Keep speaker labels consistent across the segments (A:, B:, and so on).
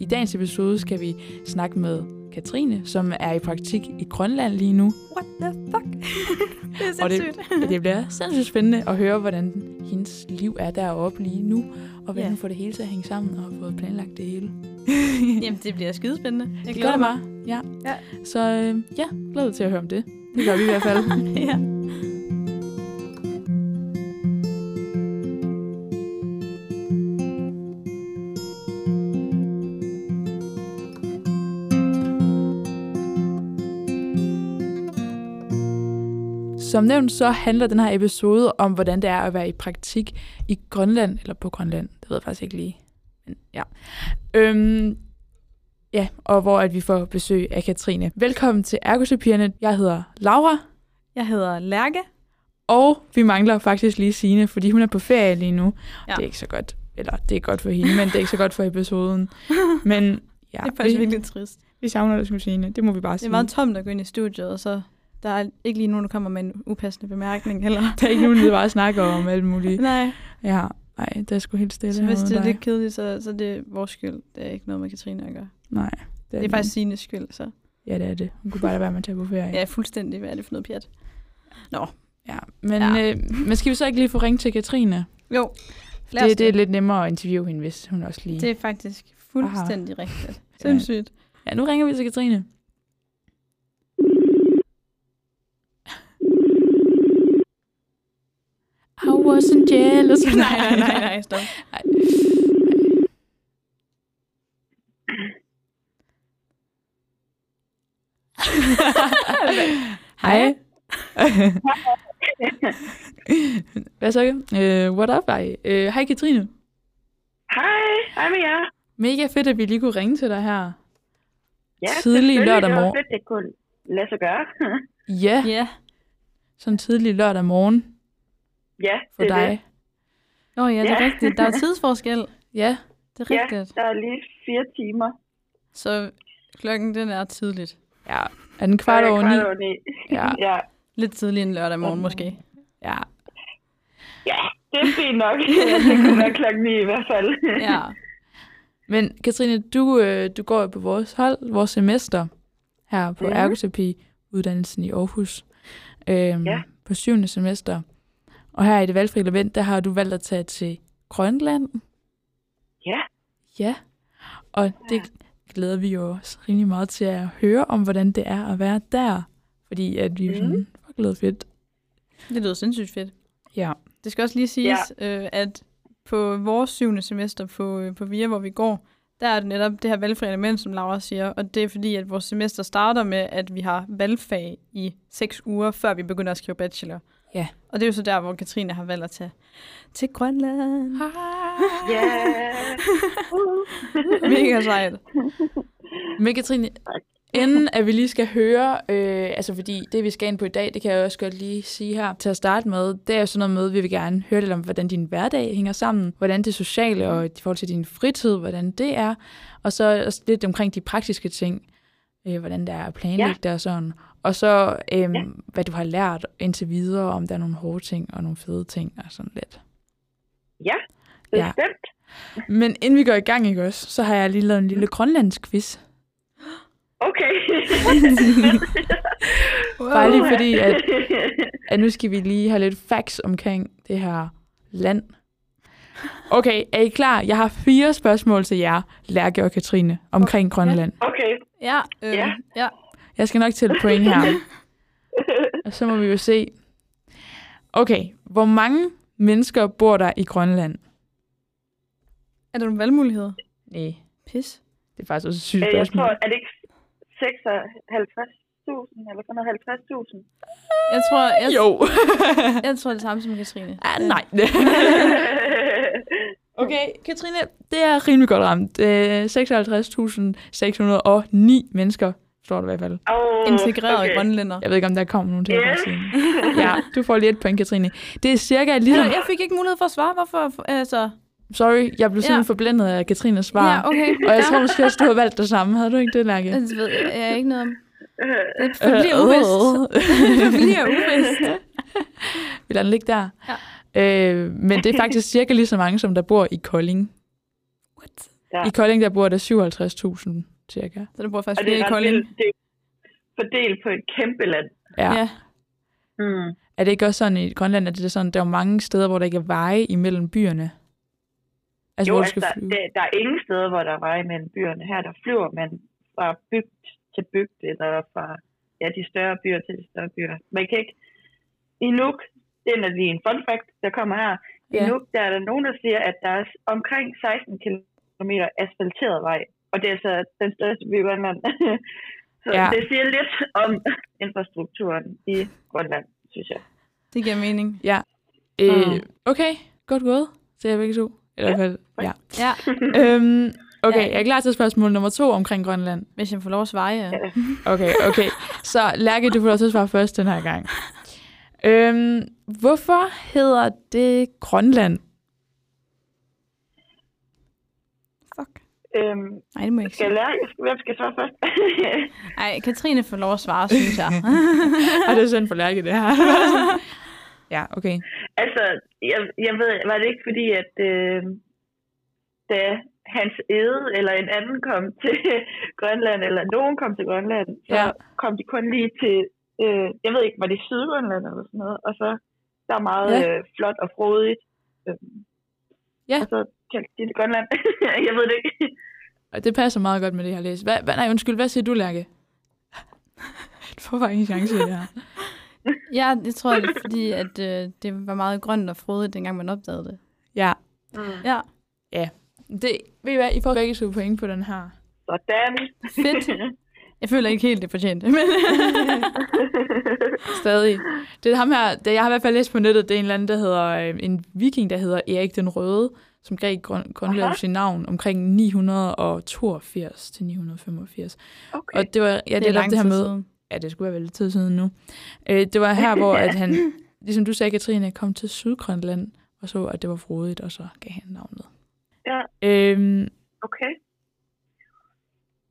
A: I dagens episode skal vi snakke med Katrine, som er i praktik i Grønland lige nu.
B: What the fuck? det er
A: Og det-
B: sindssygt.
A: Og Det bliver sindssygt spændende at høre, hvordan hendes liv er deroppe lige nu, og hvordan
B: Ja.
A: hun får det hele til at hænge sammen og har fået planlagt det hele.
B: Jamen, det bliver skidespændende. Jeg
A: Det gør
B: glæder
A: det bare. Ja.
B: Ja.
A: Så øh, ja, glæder til at høre om det. Det gør vi i hvert fald.
B: ja.
A: Som nævnt, så handler den her episode om, hvordan det er at være i praktik i Grønland, eller på Grønland, det ved jeg faktisk ikke lige. Men ja. Øhm, ja, og hvor at vi får besøg af Katrine. Velkommen til Ergoterapierne. Jeg hedder Laura,
B: Jeg hedder Lærke.
A: og vi mangler faktisk lige Signe, fordi hun er på ferie lige nu. Ja.
B: Ja.
A: Det er ikke så godt. Eller det er godt for hende, men det er ikke så godt for episoden. Men ja,
B: det er faktisk
A: vi,
B: virkelig trist.
A: vi savner dig, skulle Signe. Det må vi bare
B: Det
A: sige.
B: er meget tomt at gå ind i studiet, og så der er ikke lige nogen, der kommer med en upassende bemærkning. Eller...
A: Der er ikke nogen, der bare snakker om alt muligt.
B: Nej,
A: Ja, nej, det er sgu helt stille.
B: så hvis
A: herude
B: det er
A: med
B: lidt kedeligt, så, så er det vores skyld. Det er ikke noget med Katrine at gøre.
A: dig. Nej.
B: Det er faktisk Sines skyld, så
A: Ja, det er det. Hun kunne bare lade være med at tage på ferie.
B: jeg er fuldstændig, hvad er det for noget pjat?
A: ja. Men, ja.
B: Ja.
A: Øh, men skal vi så ikke lige få ringet til Katrine?
B: Jo, lad os
A: Det, det er lidt nemmere at interviewe hende, hvis hun også lige...
B: det
A: Det.
B: er faktisk fuldstændig Aha. rigtigt.
A: Ja.
B: Sindssygt.
A: Ja, nu ringer vi til Katrine. I wasn't jealous.
B: nej, nej, nej, nej, stop.
A: Ej. Hej. Hvad så? Uh, what up, ej? Øh, Hej, Katrine.
C: Hej, hej med jer.
A: Mega fedt, at vi lige kunne ringe til dig her.
C: Ja,
A: Tidlig
C: selvfølgelig,
A: lørdag
C: Det
A: morgen.
C: var fedt, det kunne lade sig gøre.
A: Ja, yeah,
B: Ja.
A: sådan tidlig lørdag morgen
C: ja,
A: for
C: det er
A: dig.
C: Det.
B: Nå ja, det er
C: Ja.
B: rigtigt. Der er tidsforskel.
A: Ja,
B: Det er
C: Ja,
B: rigtigt.
C: der er lige fire timer.
B: Så klokken den er tidligt.
A: ja. Er den kvart
C: Der er
A: over ni?
C: kvart over ni.
A: Ja.
C: Ja. ja.
B: Lidt tidlig en lørdag morgen måske.
A: Ja.
C: ja, det er fint nok. det kunne være klokken ni i hvert fald.
B: Ja.
A: Men Katrine, du, øh, du går jo på vores hold, vores semester her på mm.
C: Mhm.
A: ergoterapiuddannelsen i Aarhus øhm,
C: Ja.
A: på syvende semester. Og her i det valgfri element, der har du valgt at tage til Grønland.
C: Ja.
A: Ja, og det glæder vi jo os rimelig meget til at høre om, hvordan det er at være der. Fordi at vi er sådan,
C: Mhm.
A: mm. fuck, lyder fedt.
B: Det lyder sindssygt fedt.
A: Ja.
B: Det skal også lige siges, ja. øh, at på vores syvende semester på, øh, på VIA, hvor vi går, der er det netop det her valgfri element, som Laura siger, og det er fordi, at vores semester starter med, at vi har valgfag i seks uger, før vi begynder at skrive bachelor.
A: Ja.
B: Og det er jo så der, hvor Katrine har valgt at tage til Grønland.
C: Ja. Uh.
B: Mega sejt.
A: Men Katrine,
C: Tak.
A: inden at vi lige skal høre, øh, altså fordi det vi skal ind på i dag, det kan jeg også godt lige sige her til at starte med, det er jo sådan noget med, vi vil gerne høre lidt om, hvordan din hverdag hænger sammen, hvordan det sociale og i forhold til din fritid, hvordan det er, og så også lidt omkring de praktiske ting, øh, hvordan det er at planlægge
C: Ja.
A: det og sådan, og så øh, ja.
C: Ja.
A: hvad du har lært indtil videre, om der er nogle hårde ting og nogle fede ting og sådan lidt.
C: ja, bestemt.
A: Men inden vi går i gang, ikke også, så har jeg lige lavet en
C: Mm.
A: lille grønlandsk quiz.
C: Okay.
A: Bare lige fordi, at at nu skal vi lige have lidt facts omkring det her land. Okay, er I klar? Jeg har fire spørgsmål til jer, Lærke og Katrine, omkring Grønland.
C: okay.
B: Ja, øh, ja.
C: Ja.
B: ja.
A: Jeg skal nok tælle point her. Og så må vi jo se. Okay, hvor mange mennesker bor der i Grønland?
B: Er der nogle valgmuligheder?
A: Nej,
B: Pis.
A: det er faktisk også et sygt
C: Øh, Jeg tror,
A: spørgsmål.
C: er det ikke 56.000 eller 150.000?
B: Jeg tror, jeg,
A: Jo.
B: jeg tror det samme som Katrine.
A: ah, nej. okay, Katrine, det er rimelig godt ramt. Øh, 56.609 mennesker, står der i hvert fald.
C: Åh,
B: Mm, Integreret okay. grønlænder.
A: Jeg ved ikke, om der kommer nogen til at
C: Ja.
A: yeah. sige. Ja, du får lige et point, Katrine. Det er cirka lige...
B: Ligesom, Jeg fik ikke mulighed for at svare, hvorfor... Altså,
A: Sorry, jeg blev simpelthen
B: Ja.
A: forblændet af Katrines svar.
B: Ja, okay.
A: Og jeg tror måske også, du havde valgt det samme. Havde du ikke det, Lærke?
B: Altså, ved jeg, jeg er ikke noget om...
C: Øh,
B: Det bliver uvist. Det bliver uvist.
A: Vi lader den ligge der. Ja. Øh, men det er faktisk cirka lige så mange, som der bor i Kolding.
B: What?
C: Der
A: Ja. I Kolding, der bor der 57.000 cirka.
B: Så der bor
C: Og
B: faktisk
C: det
B: flere i
C: er ret
B: Kolding.
C: vildt. Det er fordelt på et kæmpe land.
A: Ja.
B: ja.
C: Mm.
A: Er det ikke også sådan i Grønland, at det er sådan, der er jo mange steder, hvor der ikke er veje imellem byerne? Altså,
C: Jo,
A: hvor du
C: altså,
A: skal
C: der,
A: flyve.
C: der, der er ingen steder, hvor der er veje mellem byerne. Her der flyver man fra bygd til bygd, eller fra ja, de større byer til de større byer. Man kan ikke... I Nuuk, den er lige en fun fact, der kommer her. I
A: Ja.
C: Nuuk, der er der nogen, der siger, at der er s- omkring 16 km asfalteret vej. Og det er så den største by i Grønland. så
A: Ja.
C: ja. det siger lidt om infrastrukturen i Grønland, synes jeg.
B: Det giver mening.
A: Ja. Øh,
B: Mm.
A: okay, godt gået. Så jeg begge to. Eller i hvert fald, ja.
B: Ja,
A: Øhm, okay,
B: Ja.
A: jeg er klar til spørgsmål nummer to omkring Grønland.
B: hvis jeg får lov at svare, ja.
C: Ja.
A: Okay, okay. Så Lærke, du får lov til at svare først den her gang. Øhm, hvorfor hedder det Grønland?
B: Fuck.
C: Øhm,
B: Nej, det må jeg ikke
C: skal jeg
B: sige.
C: lære? Hvem skal svare først?
B: Ej, Katrine får lov at svare, synes jeg.
A: Ej, det er synd for Lærke, det her. ja, okay.
C: Altså, jeg, jeg ved, var det ikke fordi, at øh, da Hans Ede eller en anden kom til Grønland, eller nogen kom til Grønland, så
A: Ja.
C: ja. kom de kun lige til, øh, jeg ved ikke, var det Sydgrønland eller sådan noget, og så der er meget
A: Ja.
C: ja. øh, flot og frodigt. Øh,
A: Ja.
C: Og så kaldte de det Grønland. jeg ved det ikke.
A: Og det passer meget godt med det, jeg har læst. Hvad, hvad, nej, undskyld, hvad siger du, Lærke? Du får bare ingen chance i det her.
B: ja, jeg tror, det er fordi, at øh, det var meget grønt og frodigt, dengang man opdagede det.
A: Ja.
C: Mm.
B: Ja,
A: Det, ved I hvad, I får begge to point på den her.
C: Sådan.
B: fedt. Jeg føler ikke helt, det er fortjent. Men,
A: Stadig. Det er ham her, det, jeg har i hvert fald læst på nettet, det er en eller anden, der hedder, øh, en viking, der hedder Erik den Røde, som gav Grøn- Grønland
C: Aha.
A: sit navn omkring 982 til 985.
C: Okay.
A: Og det var, ja, det, er
B: lang
A: det her
B: tid
A: med,
B: siden.
A: ja, det skulle være lidt tid siden nu. Øh, det var her, hvor at han, ligesom du sagde, Katrine, kom til Sydgrønland, og så, at det var frodigt, og så gav han navnet.
C: Ja.
A: Øhm,
C: okay.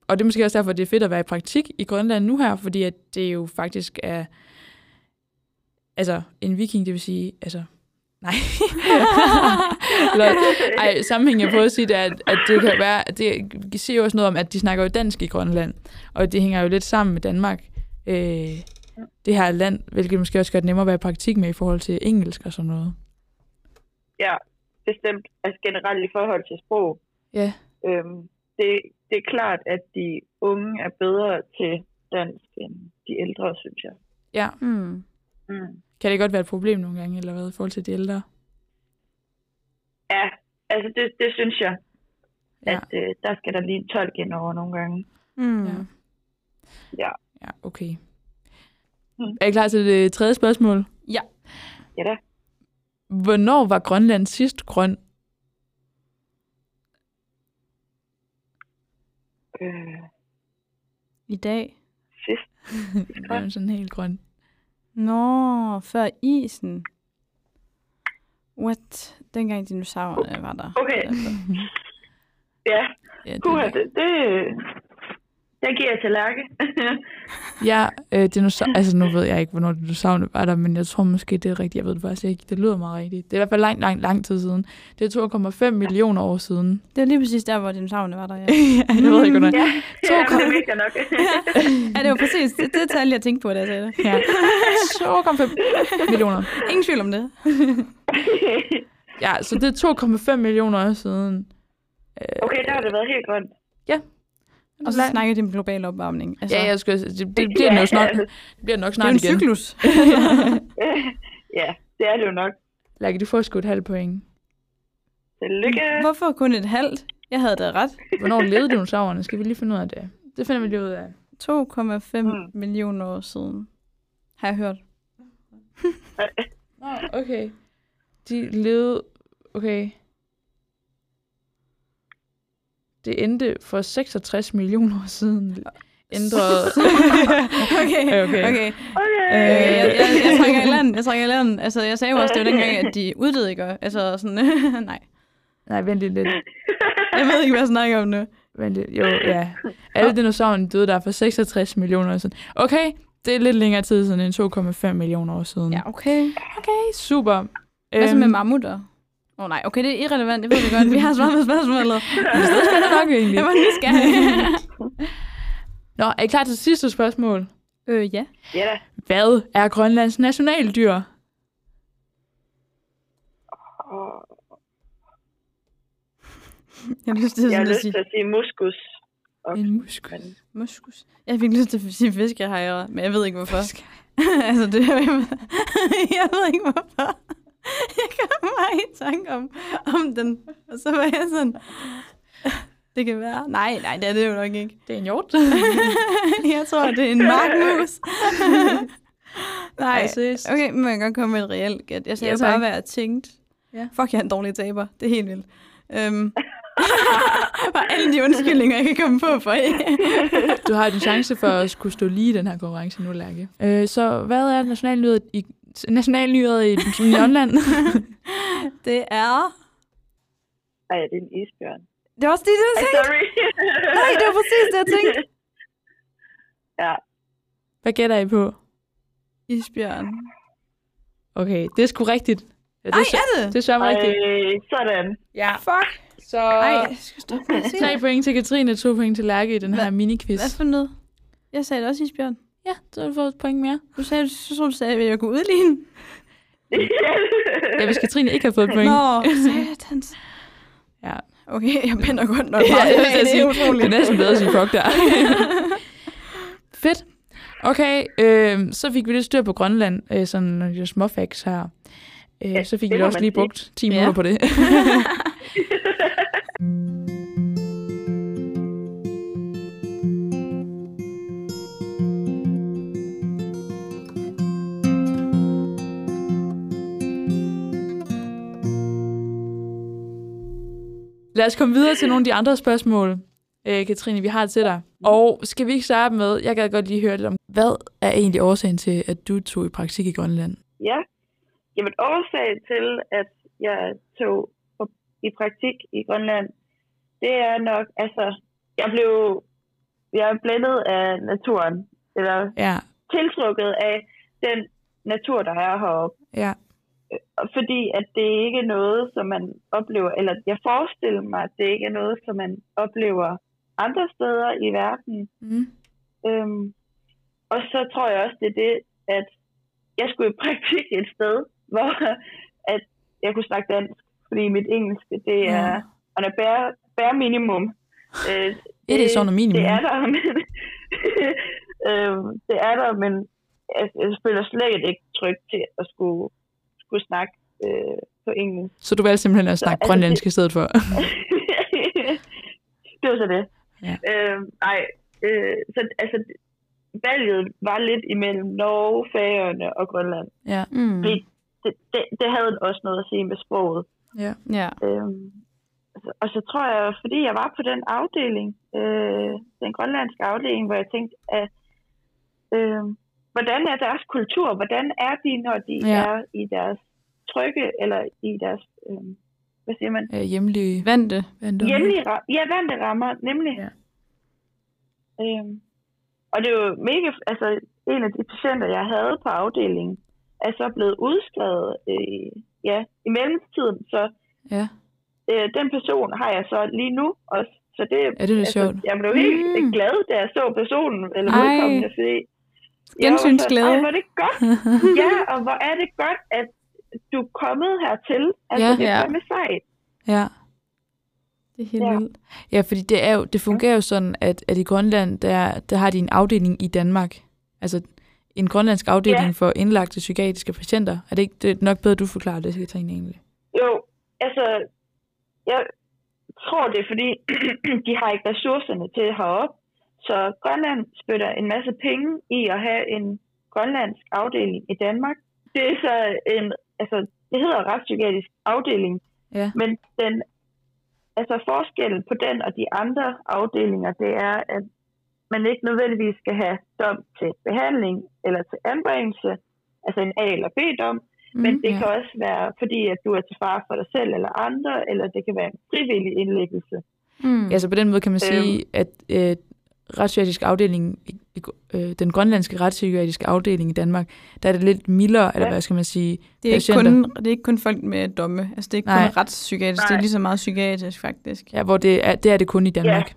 A: Og det er måske også derfor, det er fedt at være i praktik i Grønland nu her, fordi at det jo faktisk er altså en viking, det vil sige, altså, nej. Lol. Ej, sammenhæng, jeg prøver at sige, det er, at, at det kan være, at det siger jo også noget om, at de snakker jo dansk i Grønland, og det hænger jo lidt sammen med Danmark, øh, det her land, hvilket måske også gør det nemmere at være i praktik med i forhold til engelsk og sådan noget.
C: Ja, bestemt. Altså generelt i forhold til sprog.
A: Ja,
C: Øhm, det, det er klart, at de unge er bedre til dansk end de ældre, synes jeg.
A: ja.
B: Mm.
C: Mm.
A: Kan det godt være et problem nogle gange, eller hvad, i forhold til de ældre?
C: Ja, altså det, det synes jeg,
A: Ja.
C: at øh, der skal der lige en tolk ind over nogle gange.
B: Mm.
A: Ja.
B: Ja.
A: Ja, okay.
C: Mm.
A: Er I klar til det tredje spørgsmål?
C: Ja da.
A: Hvornår var Grønland sidst grøn?
C: Øh,
B: I dag.
C: sidst.
A: Den er sådan helt grøn.
B: Nå, før isen. What? Dengang dinosaurerne var der.
C: Okay.
A: altså.
C: Ja,
A: Ja, det,
C: Puh, det, det, det giver jeg til Lærke.
A: ja øh, dinosaur, altså nu ved jeg ikke, hvornår dinosaurerne var der, men jeg tror måske, det er rigtigt. Jeg ved det faktisk ikke. Det lyder meget rigtigt. Det er i hvert fald lang, lang, lang tid siden. Det er 2,5 millioner år siden.
B: Det var lige præcis der, hvor dinosaurerne var der, ja.
A: jeg ved ikke, hvordan.
C: ja, ja, men det
A: kom-
C: er vigtigt nok.
B: ja, det var præcis det, det tal, jeg tænkte på, da jeg sagde det.
A: Ja. 2,5 millioner.
B: Ingen tvivl om det.
A: Ja, så det er 2,5 millioner år siden.
C: okay, der har det været helt grønt.
B: Og så snakker de om global opvarmning. Altså,
A: Ja, jeg skulle, det, det, det, bliver nok snart,
C: altså,
A: det bliver nok
B: det er
A: snart
B: jo en
A: igen.
B: cyklus.
C: ja, det er det jo nok.
A: Lærke, du får sgu et halvt point.
C: Tillykke.
B: Hvorfor kun et halvt? Jeg havde da ret.
A: Hvornår levede dinosaurerne? Skal vi lige finde ud af det? Det finder vi lige ud af.
B: 2,5
C: Mm.
B: millioner år siden, har jeg hørt.
A: Nå, okay. De levede... Okay. Det endte for 66 millioner år siden. Ændrede...
B: Okay,
A: Okay.
B: okay.
C: Okay.
B: Øh, jeg, jeg, jeg trækker i land, jeg trækker i land. Altså, jeg sagde jo også, det var dengang, at de uddøde, ikke? Og- Altså, sådan, nej.
A: Nej, vent lige lidt.
B: Jeg ved ikke, hvad jeg snakker om nu.
A: Vent lidt. Jo, ja. Alle dinosaurerne døde der for 66 millioner år siden. Okay, det er lidt længere tid siden end 2,5 millioner år siden.
B: Ja, okay.
A: Okay, super.
B: Hvad så
A: Øhm,
B: med mammutter? Åh oh, nej, okay, det er irrelevant, det ved vi godt. Vi har svaret på spørgsmålet.
A: Men det er stadig spændende nok egentlig.
B: Jeg var nysgerrig.
A: Nå, er I klar til sidste spørgsmål?
B: øh, ja.
C: Ja da.
A: Hvad er Grønlands nationaldyr?
C: Og
B: Jeg har lyst til,
C: jeg
B: sådan
C: har
B: at
C: lyst
B: sige
C: til at sige muskus.
A: En musk.
C: Men
B: muskus. Jeg fik lyst til at sige fiskehejre, men jeg ved ikke hvorfor. altså, det er jeg ved ikke hvorfor. Jeg kom bare i tanke om, om den, og så var jeg sådan, det kan være. Nej, nej, det er det jo nok ikke.
A: Det er en hjort.
B: jeg tror, det er en markmus. nej,
A: seriøst.
B: okay, men man kan godt komme med et reelt gæt. Jeg sagde
A: Ja,
B: ja, bare,
A: tak.
B: hvad jeg tænkte.
A: Ja.
B: Fuck, jeg er en dårlig taber. Det er helt vildt. Øhm. Bare alle de undskyldninger, jeg kan komme på for jer.
A: Du har en chance for at skulle stå lige i den her konkurrence nu, Lærke. Øh, så hvad er nationalnyret i, nationalnyret i Grønland?
B: Det er...
C: nej, det er en isbjørn.
B: Det er også det, jeg
C: Ej,
B: tænkte.
C: sorry.
B: Nej, det var præcis det, jeg tænkte.
A: Hvad gætter I på?
B: Isbjørn.
A: Okay, det er sgu rigtigt. Ja, det
B: Ej,
A: er,
B: er det?
A: det er sørme rigtigt.
C: Ej, sådan.
A: Ja.
B: Fuck.
A: Så
B: Ej, jeg skal stoppe med at sige
A: tre
B: det.
A: point til Katrine, to point til Lærke i den her
B: Hvad-
A: mini-quiz.
B: Hvad for noget? Jeg sagde det også isbjørn.
A: Ja, så har du fået et point mere.
B: Du sagde, så tror du sagde, at jeg kunne udligne.
A: Ja, hvis Katrine ikke har fået et point.
B: Nå, satans.
A: Ja.
B: Okay, jeg binder godt nok
A: Ja,
B: meget.
A: det, vil jeg
B: det er
A: sige. det
B: utroligt.
A: er næsten bedre at sige fuck der. Fedt. Okay, øh, så fik vi lidt styr på Grønland, øh, sådan nogle små facts her. Øh,
C: Ja,
A: så fik
C: det
A: vi
C: må
A: også
C: man
A: lige
C: sige.
A: brugt 10
B: Ja.
A: minutter på det. Lad os komme videre til nogle af de andre spørgsmål, øh, Katrine, vi har til dig. Og skal vi ikke starte med, jeg gad godt lige høre lidt om, hvad er egentlig årsagen til, at du tog i praktik i Grønland?
C: Ja. Jamen, årsagen til, at jeg tog på- i praktik i Grønland, det er nok, altså, jeg blev, jeg er blændet af naturen, eller
A: Ja,
C: tiltrukket af den natur, der er heroppe.
A: ja,
C: Og Fordi at det ikke er noget, som man oplever, eller jeg forestiller mig, at det ikke er noget, som man oplever andre steder i verden.
A: mm,
C: Øhm, og så tror jeg også, det er det, at jeg skulle i praktik et sted, hvor at jeg kunne snakke dansk, fordi mit engelske, det er
A: Ja.
C: on a bare, bare minimum. Øh,
A: It is on a minimum.
C: Det er der, men, øhm, det er der, men jeg, jeg føler slet ikke tryg til at skulle, skulle snakke øh, på engelsk.
A: Så du valgte simpelthen at snakke
C: altså,
A: grønlandsk i stedet for?
C: det var så det.
A: Ja.
C: Øh, nej, øh, så altså, valget var lidt imellem Norge, Færøerne og Grønland.
A: ja,
B: Mm.
C: Det, det, det havde også noget at sige med sproget.
A: ja.
B: Ja.
C: Øh, og så tror jeg, fordi jeg var på den afdeling, øh, den grønlandske afdeling, hvor jeg tænkte, at øh, hvordan er deres kultur? Hvordan er de, når de
A: Ja.
C: ja. er i deres trygge, eller i deres, øh, hvad siger man,
A: Øh, hjemlige
B: Vente.
A: vandom.
C: Hjemlige ra- ja, vante rammer, nemlig.
A: Ja.
C: Ja. Øhm, og det er jo mega, altså en af de patienter, jeg havde på afdelingen, er så blevet udskrevet øh, ja, i mellemtiden, så
A: Ja.
C: øh, den person har jeg så lige nu også. Så det, altså,
A: Ja, det er lidt sjovt.
C: jeg blev helt
B: Mm.
C: mm. glad, da jeg så personen, eller
A: Ej.
C: vedkommende, fordi jeg var sådan,
B: Gensynsglæde.
C: Ej, hvor er det godt. ja, og hvor er det godt, at du er kommet hertil. Altså,
A: Ja,
C: det
B: ja.
C: er med sejt.
A: Ja.
B: Det er helt
C: Ja.
B: vildt.
A: ja, fordi det, er jo, det fungerer jo sådan, at, at i Grønland, der, der har de en afdeling i Danmark. Altså en grønlandsk afdeling ja.
C: Ja.
A: for indlagte psykiatriske patienter. Er det ikke det er nok bedre, du forklarer det, Katrine, egentlig?
C: Jo, altså, jeg tror det er fordi, de har ikke ressourcerne til heroppe. Så Grønland spytter en masse penge i at have en grønlandsk afdeling i Danmark. Det er så en, altså, det hedder retspsykiatrisk afdeling,
A: Ja.
C: men den, altså forskellen på den og de andre afdelinger, det er, at man ikke nødvendigvis skal have dom til behandling eller til anbringelse, altså en A- eller B-dom, men
B: mm,
C: det
A: ja.
C: kan også være, fordi at du er til fare for dig selv eller andre, eller det kan være en frivillig indlæggelse.
B: Mm.
A: Ja, så Altså, på den måde kan man
C: Øhm.
A: sige, at øh, retspsykiatrisk afdeling i i gr- øh, den grønlandske retspsykiatriske afdeling i Danmark, der er det lidt mildere, ja. eller hvad skal man sige,
B: Det er, ikke
A: patienter.
B: kun, det er ikke kun folk med domme. Altså, det er ikke
A: Nej.
B: kun retspsykiatrisk. Det er
C: Nej.
B: lige så meget psykiatrisk, faktisk.
A: Ja, hvor det er, det er det kun i Danmark.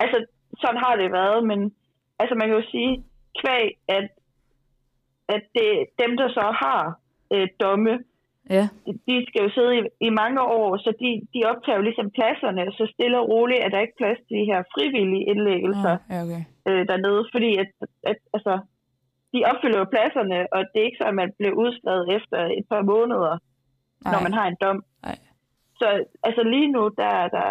C: altså, sådan har det været, men altså, man kan jo sige, kvæg, at, at det, dem, der så har øh, domme,
A: Ja.
C: de- de skal jo sidde i, i mange år, så de, de optager jo ligesom pladserne, så stille og roligt er der ikke plads til de her frivillige indlæggelser
A: Ja, okay.
C: øh, dernede, fordi at, at, altså, de opfylder jo pladserne, og det er ikke så, at man bliver udskrevet efter et par måneder, Ej. når
A: Nej.
C: man har en dom.
A: Nej.
C: Så altså lige nu, der er der,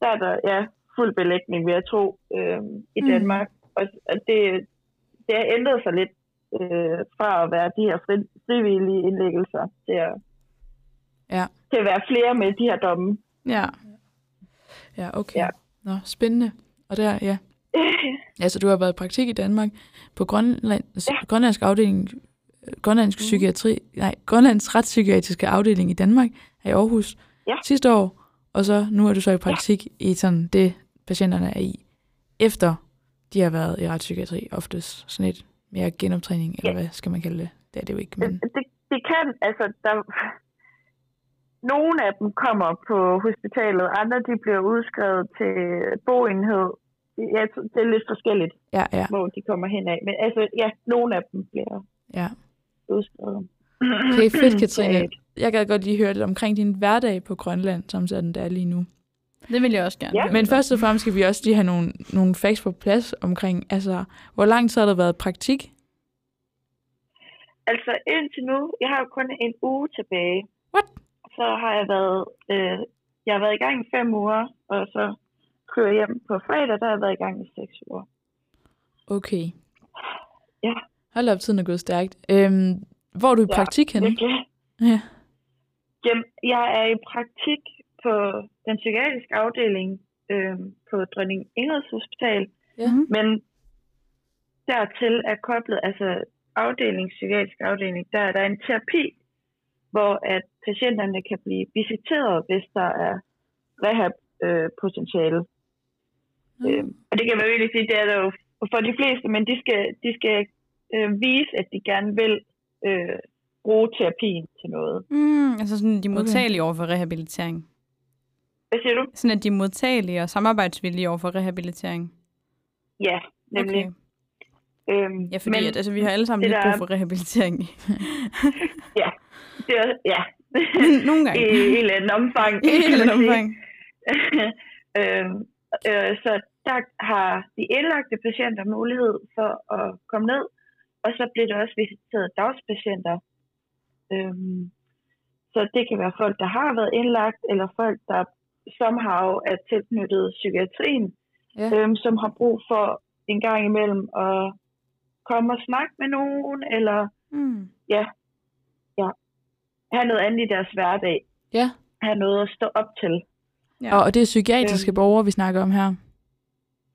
C: der, er der ja, fuld belægning, vil jeg tro, øh, i
B: Mm.
C: Danmark. Og, og det, det har ændret sig lidt øh, fra at være de her fri, frivillige indlæggelser til at,
A: Ja.
C: til at være flere med de her domme.
B: Ja.
A: Ja, okay.
C: Ja.
A: Nå, spændende. Og der, ja. Altså, du har været i praktik i Danmark på Grønland, ja. Grønlandsk afdeling, øh, Grønlandsk mm. psykiatri, nej, Grønlands retspsykiatriske afdeling i Danmark her i Aarhus
C: Ja.
A: sidste år, og så nu er du så i praktik ja. i sådan det, patienterne er i, efter de har været i retspsykiatri oftest, sådan et mere genoptræning, eller hvad skal man kalde det? Det er det jo ikke, men
C: det, det kan, altså, der... Nogle af dem kommer på hospitalet, andre de bliver udskrevet til boenhed. Ja, det er lidt forskelligt,
A: ja, ja,
C: hvor de kommer hen af. Men altså, ja, nogle af dem bliver
A: ja.
C: udskrevet.
A: Okay, fedt, Katrine.
C: Øh,
A: Jeg gad godt lige høre lidt omkring din hverdag på Grønland, som sådan der er lige nu.
B: Det vil jeg også gerne.
C: Ja.
B: høre
A: Men
B: lidt om.
A: først og fremmest skal vi også lige have nogle, nogle facts på plads omkring, altså, hvor lang tid har der været praktik?
C: Altså indtil nu, jeg har jo kun en uge tilbage.
A: What?
C: Så har jeg været, øh, jeg har været i gang i fem uger, og så kører jeg hjem på fredag, der har jeg været i gang i seks uger.
A: Okay.
C: Ja.
A: Hold op, tiden er gået stærkt. Øhm, hvor er du i
C: Ja,
A: praktik henne?
C: Virkelig.
A: Ja.
C: Jamen, jeg er i praktik på den psykiatriske afdeling øh, på Dronning Ingrids Hospital,
A: Ja.
C: men dertil er koblet, altså afdeling, psykiatrisk afdeling, der er der en terapi, hvor at patienterne kan blive visiteret, hvis der er rehab-potentiale. Øh, og det kan man jo egentlig sige, det er der jo for de fleste, men de skal, de skal øh, vise, at de gerne vil øh, bruge terapien til noget.
B: Mm, altså sådan, de er
A: Okay.
B: modtagelige over for rehabilitering.
C: Hvad siger du?
B: Sådan, at de er modtagelige og samarbejdsvillige over for rehabilitering.
C: Ja, nemlig.
B: Okay.
C: Okay. Øhm,
B: Ja, fordi men, at, altså, vi har alle sammen
C: det
B: lidt
C: der
B: brug
C: er-
B: for rehabilitering.
C: det er, også- ja,
B: Nogle
C: i
B: gange.
C: et eller andet omfang.
B: I et
C: Øh, kan
B: eller
C: man
B: andet
C: sige.
B: omfang.
C: øhm, øh, så der har de indlagte patienter mulighed for at komme ned, og så bliver der også visiteret dagspatienter. Øhm, så det kan være folk, der har været indlagt, eller folk, der somehow er tilknyttet psykiatrien,
A: Ja.
C: ja. øhm, som har brug for en gang imellem at komme og snakke med nogen, eller
B: Mm.
C: have noget andet i deres hverdag,
A: Ja.
C: have noget at stå op til.
B: Ja.
A: Og, og det er psykiatriske
C: Øhm.
A: borgere, vi snakker om her.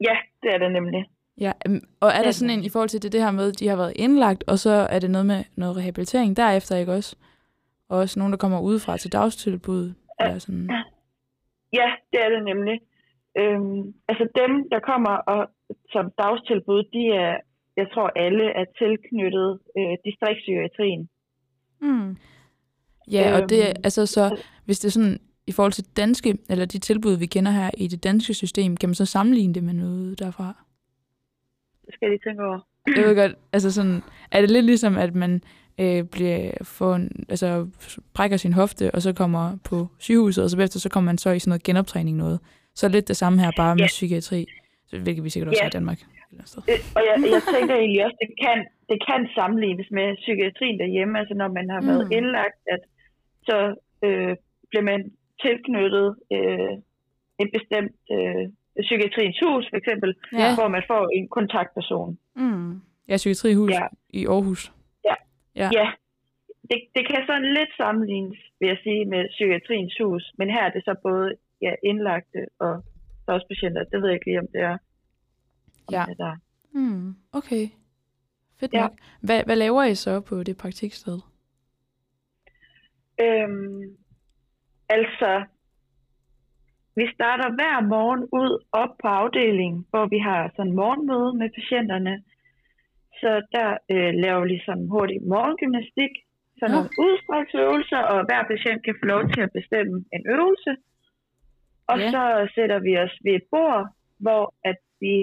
C: Ja, det er det nemlig.
A: Ja, øhm, og er der
C: Ja.
A: sådan en i forhold til det, det her med, at de har været indlagt, og så er det noget med noget rehabilitering derefter, ikke også? Og også nogen, der kommer udefra til dagstilbud. Eller sådan.
C: Ja, det er det nemlig. Øhm, altså dem, der kommer og, som dagstilbud, de er, jeg tror alle er tilknyttet øh, distriktspsykiatrien.
B: Mm.
A: Ja, og det er,
C: Øhm,
A: altså så, hvis det er sådan, i forhold til danske, eller de tilbud, vi kender her i det danske system, kan man så sammenligne det med noget derfra?
C: Det skal jeg lige tænke over.
A: Jeg ved godt, altså sådan, er det lidt ligesom, at man øh, bliver, får en, altså, brækker sin hofte, og så kommer på sygehuset, og så bagefter, så kommer man så i sådan noget genoptræning noget. Så lidt det samme her, bare med
C: Ja.
A: psykiatri, hvilket vi sikkert også
C: Ja.
A: har i Danmark. et eller andet sted.
C: Øh, og jeg, jeg tænker egentlig også, det kan, det kan sammenlignes med psykiatrien derhjemme. Altså når man har været
B: Mm.
C: indlagt, at så øh, bliver man tilknyttet øh, et bestemt øh, psykiatriens hus, for eksempel,
A: Ja.
C: ja. hvor man får en kontaktperson.
B: Mm.
A: Ja, psykiatrihus
C: Ja.
A: i Aarhus.
C: Ja, det, det kan sådan lidt sammenlignes, vil jeg sige, med psykiatriens hus, men her er det så både ja, indlagte og dagspatienter. Det ved jeg ikke lige, om det er. om
A: Ja.
C: det er der.
B: Mm.
A: Okay. Fedt
C: Ja.
A: nok. Hvad, hvad laver I så på det praktiksted?
C: Øhm, altså, Vi starter hver morgen ud op på afdelingen, hvor vi har sådan morgenmøde med patienterne. Så der øh, laver vi ligesom hurtig morgengymnastik, så
A: Nå.
C: nogle udstræksøvelser, og hver patient kan få lov til at bestemme en øvelse. Og
A: Ja.
C: så sætter vi os ved et bord, hvor at vi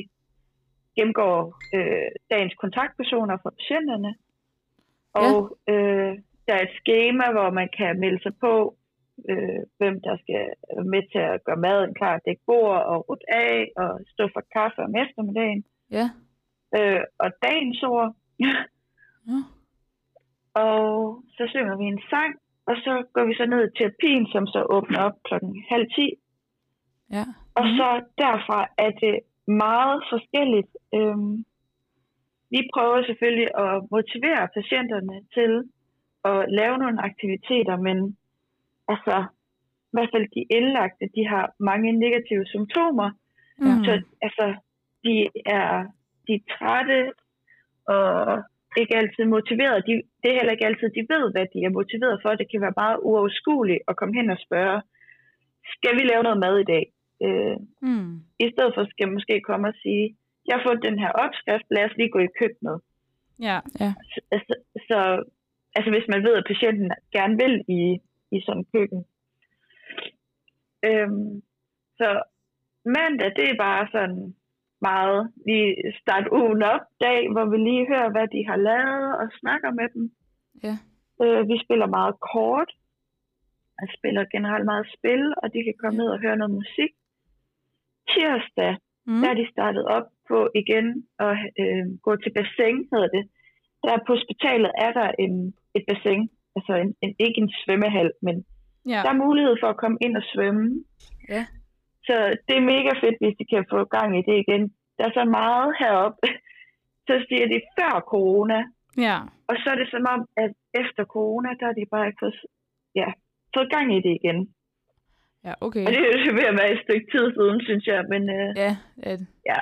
C: gennemgår øh, dagens kontaktpersoner for patienterne. Og øh, der er et schema, hvor man kan melde sig på, øh, hvem der skal være med til at gøre maden klar, dække bord og rute af og stå for kaffe om eftermiddagen.
A: Ja.
C: Øh, og dagens ord.
A: Nå.
C: og så synger vi en sang, og så går vi så ned til terapien, som så åbner op klokken halv ti.
A: Ja. Mhm.
C: Og så derfra er det meget forskelligt. Øhm, vi prøver selvfølgelig at motivere patienterne til at lave nogle aktiviteter, men altså, i hvert fald de indlagte, de har mange negative symptomer,
A: Ja.
B: Mm.
C: så altså, de er, de er trætte og ikke altid motiveret. De, det er heller ikke altid, de ved, hvad de er motiveret for. Det kan være meget uoverskueligt at komme hen og spørge, skal vi lave noget mad i dag? Øh,
B: Mm.
C: i stedet for skal jeg måske komme og sige, jeg har fået den her opskrift, lad os lige gå i køkkenet.
B: Ja.
C: Så, så, så altså hvis man ved, at patienten gerne vil i, i sådan et køkken. Øhm, så mandag, det er bare sådan meget lige start ugen op dag, hvor vi lige hører, hvad de har lavet og snakker med dem.
A: Ja.
C: Øh, vi spiller meget kort. Jeg spiller generelt meget spil, og de kan komme ned og høre noget musik. Tirsdag,
B: Mm.
C: der er de startet op på igen at øh, gå til bassin, hedder det. Der på hospitalet er der en, et bassin, altså en, en, ikke en svømmehal, men
B: Ja.
C: der er mulighed for at komme ind og svømme.
A: Ja.
C: Så det er mega fedt, hvis de kan få gang i det igen. Der er så meget heroppe, så siger de før corona,
B: Ja.
C: og så er det som om, at efter corona, der har de bare ikke fået, ja, fået gang i det igen.
A: Ja, okay.
C: Og det er jo ved at være et stykke tid siden, synes jeg, men øh,
A: Ja, at,
C: ja,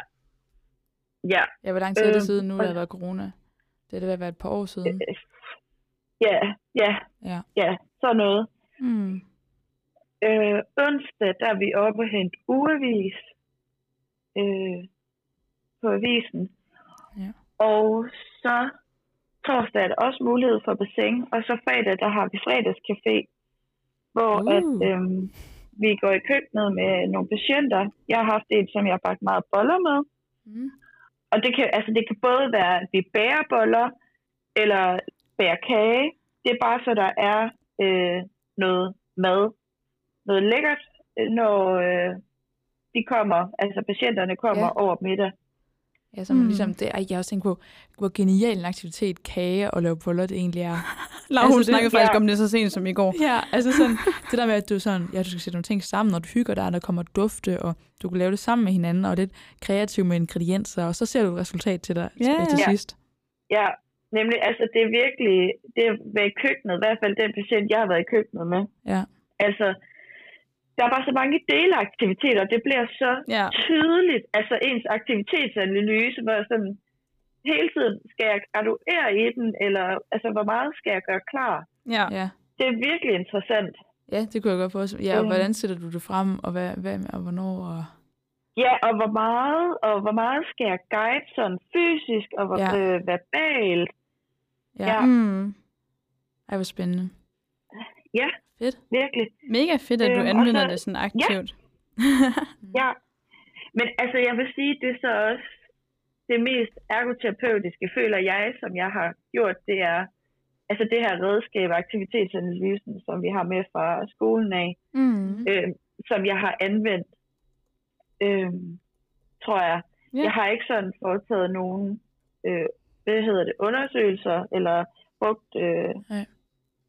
A: ja, hvor lang tid er det
C: Øhm,
A: siden nu, der
C: og-
A: har været corona? Det er det ved at være et par år siden.
C: øh, ja, ja,
A: Ja.
C: ja, sådan noget.
B: Mm.
C: Øh, onsdag, der er vi oppe og hente ugevis øh, på avisen.
A: Ja.
C: Og så torsdag er der også mulighed for bassin, og så fredag, der har vi fredagscafé, hvor
A: Uh.
C: uh. at, øh, vi går i køkkenet med nogle patienter. Jeg har haft en, som jeg har bagt meget boller med,
A: Mm.
C: og det kan, altså, det kan både være, at vi bærer boller, eller bærer kage. Det er bare, så der er øh, noget mad, noget lækkert, øh, når øh, de kommer, altså patienterne kommer
A: Ja.
C: ja. over middag.
A: Ja, så man
B: Mm.
A: ligesom, det, ej, jeg har også tænkt på, hvor genial en aktivitet kage og lave boller det egentlig er.
B: Laura,
A: Altså,
B: hun
A: det-
B: snakkede faktisk
C: ja.
B: om det så sent som i går.
A: Ja, altså sådan, det der med, at du sådan, ja, du skal sætte nogle ting sammen, når du hygger dig, og der kommer dufte, og du kan lave det sammen med hinanden, og lidt kreativ med ingredienser, og så ser du et resultat til dig
B: Ja,
A: yeah. til
C: ja.
A: sidst.
C: Ja, nemlig, altså det er virkelig, det er været i køkkenet, i hvert fald den patient, jeg har været i køkkenet med.
A: Ja.
C: Altså, der er bare så mange delaktiviteter, det bliver så
B: Ja.
C: tydeligt, altså ens aktivitetsanalyse, hvor jeg sådan, hele tiden skal jeg graduere i den, eller altså, hvor meget skal jeg gøre klar?
B: Ja.
A: Ja.
C: Det er virkelig interessant.
A: ja, det kunne jeg godt forestille Ja, og
C: Øhm.
A: hvordan sætter du det frem, og hvad, hvad og hvornår? Og...
C: Ja, og hvor meget, og hvor meget skal jeg guide sådan fysisk og hvor,
A: Ja.
C: ja. øh, verbalt?
A: Ja.
C: Ja.
B: Mm.
A: Ej, hvor spændende.
C: Ja.
A: Fedt.
C: Virkelig.
B: Mega fedt, at du
C: Øhm, og
B: anvender
C: så-
B: det sådan aktivt.
C: Ja. Men altså, jeg vil sige, det er så også det mest ergoterapeutiske, føler jeg, som jeg har gjort, det er altså det her redskab, aktivitetsanalysen, som vi har med fra skolen af,
B: Mm.
C: øh, som jeg har anvendt, øh, tror jeg.
B: Ja.
C: Jeg har ikke sådan foretaget nogen, øh, hvad hedder det, undersøgelser, eller brugt øh,
A: Nej.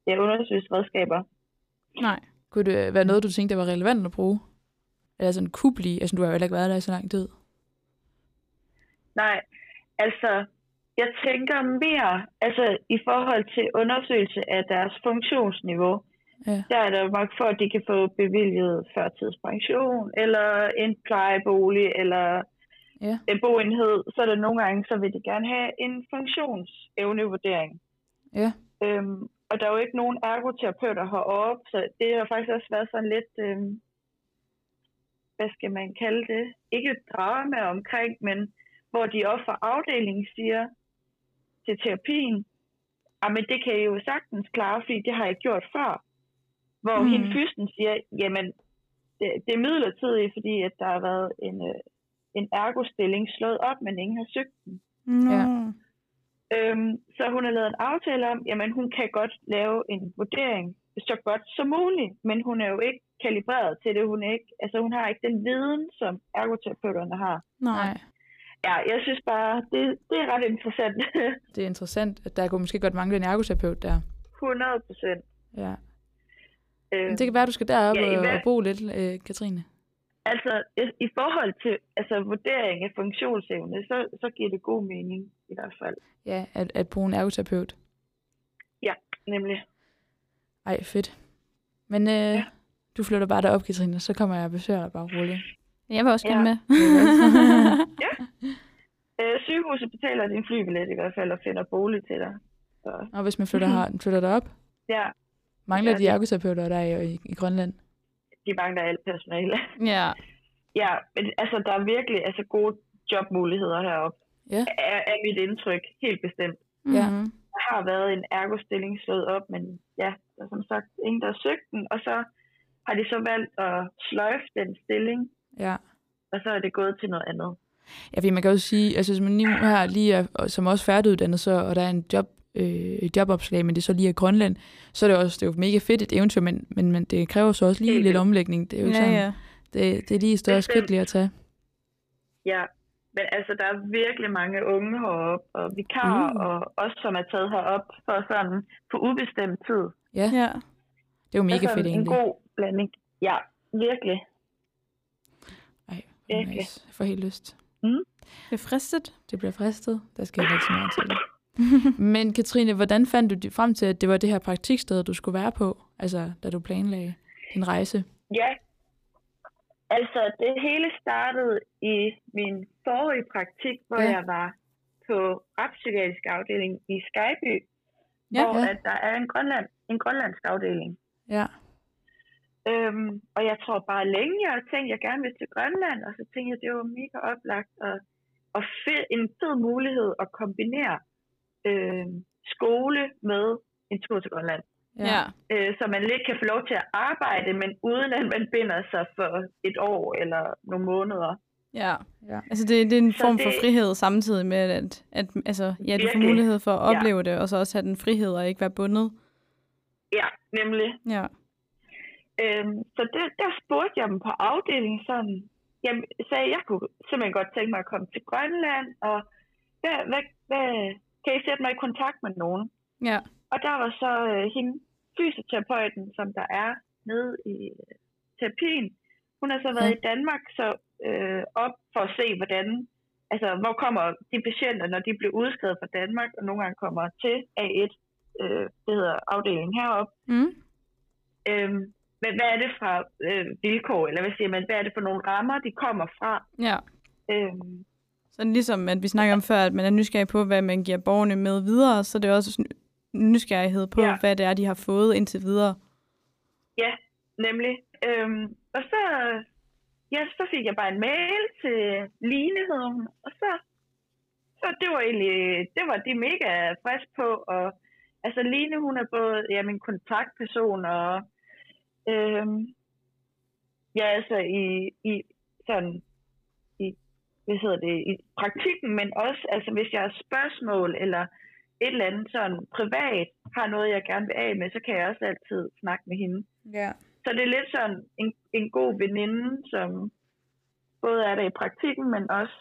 C: ja, undersøgelsesredskaber.
B: Nej.
A: Kunne det være noget, du tænkte, der var relevant at bruge? Eller sådan kunne blive? Altså, du har jo heller ikke været der i så lang tid.
C: Nej, altså, jeg tænker mere, altså i forhold til undersøgelse af deres funktionsniveau,
A: Ja.
C: der er der jo nok for, at de kan få bevilget førtidspension, eller en plejebolig, eller
A: Ja.
C: en boenhed, så er der nogle gange, så vil de gerne have en funktionsevnevurdering.
A: Ja.
C: Øhm, og der er jo ikke nogen ergoterapeuter heroppe, så det har faktisk også været sådan lidt, øhm, hvad skal man kalde det, ikke drama omkring, men hvor de også fra afdelingen siger til terapien, "Ah, men det kan I jo sagtens klare, fordi det har jeg gjort før. Hvor
A: Mm.
C: mm. hende fysen siger, jamen, det, det er midlertidigt, fordi at der har været en, øh, en ergostilling slået op, men ingen har søgt den.
B: Nå.
A: Ja.
C: Øhm, så hun har lavet en aftale om, jamen hun kan godt lave en vurdering så godt som muligt, men hun er jo ikke kalibreret til det. Hun, er ikke, altså hun har ikke den viden, som ergoterapeuterne har.
B: Nej.
A: Nej.
C: Ja, jeg synes bare, det, det er ret interessant.
A: Det er interessant, at der kunne måske godt mangle en ergoterapeut der.
C: 100 procent.
A: Ja.
C: Øhm,
A: Men det kan være, du skal derop
C: Ja, i
A: ja, og,
C: hver-
A: og bo lidt, øh, Katrine.
C: Altså, i- i forhold til altså, vurdering af funktionsevne, så, så giver det god mening i hvert fald.
A: Ja, at, at bruge en ergoterapeut.
C: Nemlig,
A: Ej, fedt. Men øh, ja. du flytter bare derop, Katrine, så kommer jeg og besøger dig bare roligt.
B: Jeg vil også gerne
C: Ja.
B: med.
C: øh, sygehuset betaler din flybillet i hvert fald og finder bolig til dig. Så,
A: Og hvis man flytter, her, flytter derop,
C: ja,
A: mangler
C: Ja,
A: de ergoterapeuter der i, i, i Grønland?
C: de mangler alt personale.
B: Ja.
C: Ja, men altså, der er virkelig altså, gode jobmuligheder heroppe,
A: Ja.
C: er, er mit indtryk, helt bestemt.
A: Ja.
B: Mhm.
C: Der har været en ergostilling slået op, men ja, der er som sagt ingen, der har søgt den, og så har de så valgt at sløjfe den stilling,
A: Ja.
C: og så er det gået til noget andet.
A: Ja, fordi man kan jo sige, altså hvis man lige nu her lige er, og som også færdiguddannet, så, og der er en job, øh, et jobopslag, men det er så lige i Grønland, så er det, også, det er jo mega fedt et eventyr, men, men, men det kræver så også lige
C: Helt
A: lidt
C: vildt.
A: omlægning. Det er jo
B: Ja,
A: sådan,
B: ja.
A: det, det er lige et større
C: Bestemt.
A: skridt lige at tage.
C: Ja, men altså, der er virkelig mange unge heroppe, og vikarer,
A: Mm.
C: mm. og os, som er taget herop for sådan på ubestemt tid.
B: Ja.
A: Det er jo mega
C: altså,
A: fedt
C: en
A: egentlig.
C: god blanding. Ja, virkelig.
A: Ej,
C: virkelig.
A: nice. Jeg får helt lyst.
B: Det er fristet.
A: Det bliver fristet. Der skal jeg ikke så meget til det. Men Katrine, hvordan fandt du frem til, at det var det her praktiksted, du skulle være på, altså da du planlagde din rejse?
C: Ja. Altså, det hele startede i min forrige praktik, hvor
A: Ja.
C: ja. jeg var på retspsykiatrisk afdeling i Skyby,
B: Ja,
C: hvor
A: ja.
C: At der er en, Grønland, en grønlandsk afdeling.
A: Ja,
C: Øhm, og jeg tror bare længe, jeg har tænkt, at jeg gerne vil til Grønland, og så tænkte jeg, det var mega oplagt og, og fed, en fed mulighed at kombinere øh, skole med en tur til Grønland.
B: Ja.
C: øh, så man lidt kan få lov til at arbejde, men uden at man binder sig for et år eller nogle måneder.
B: Ja.
A: Ja.
B: Altså det, det er en
C: Så
B: form for
C: det-
B: frihed samtidig med, at, at altså, ja, du får
C: Virkelig.
B: mulighed for at
C: Ja.
B: opleve det, og så også have den frihed og ikke være bundet.
C: Ja, nemlig.
B: Ja.
C: Øhm, så det, der spurgte jeg dem på afdelingen sådan, jeg sagde, jeg kunne simpelthen godt tænke mig at komme til Grønland, og hvad, hvad, hvad, kan I sætte mig i kontakt med nogen?
B: Ja.
C: Og der var så øh, hende, fysioterapeuten, som der er nede i øh, terapien, hun har så været
A: Ja.
C: i Danmark så øh, op for at se, hvordan, altså hvor kommer de patienter, når de blev udskrevet fra Danmark, og nogle gange kommer til A1, øh, det hedder afdelingen heroppe,
B: Mm.
C: øhm, hvad, hvad er det fra øh, vilkår, eller hvad siger man, hvad er det for nogle rammer, de kommer fra?
B: Ja.
C: Øhm,
B: Sådan ligesom, at vi snakker om før, at man er nysgerrig på, hvad man giver borgerne med videre, så det er også sådan nysgerrighed på, ja.
C: Ja.
B: hvad det er, de har fået indtil videre.
C: Nemlig. Øhm, og så, ja, så fik jeg bare en mail til Line, hed hun, og så, så det var egentlig, det var de mega frisk på, og altså Line, hun er både, ja, min kontaktperson, og øhm, ja, altså i, i sådan, i, hvad hedder det, i praktikken, men også, altså hvis jeg har spørgsmål, eller et eller andet sådan privat, har noget, jeg gerne vil af med, så kan jeg også altid snakke med hende.
A: ja.
C: Så det er lidt sådan en, en god veninde, som både er der i praktikken, men også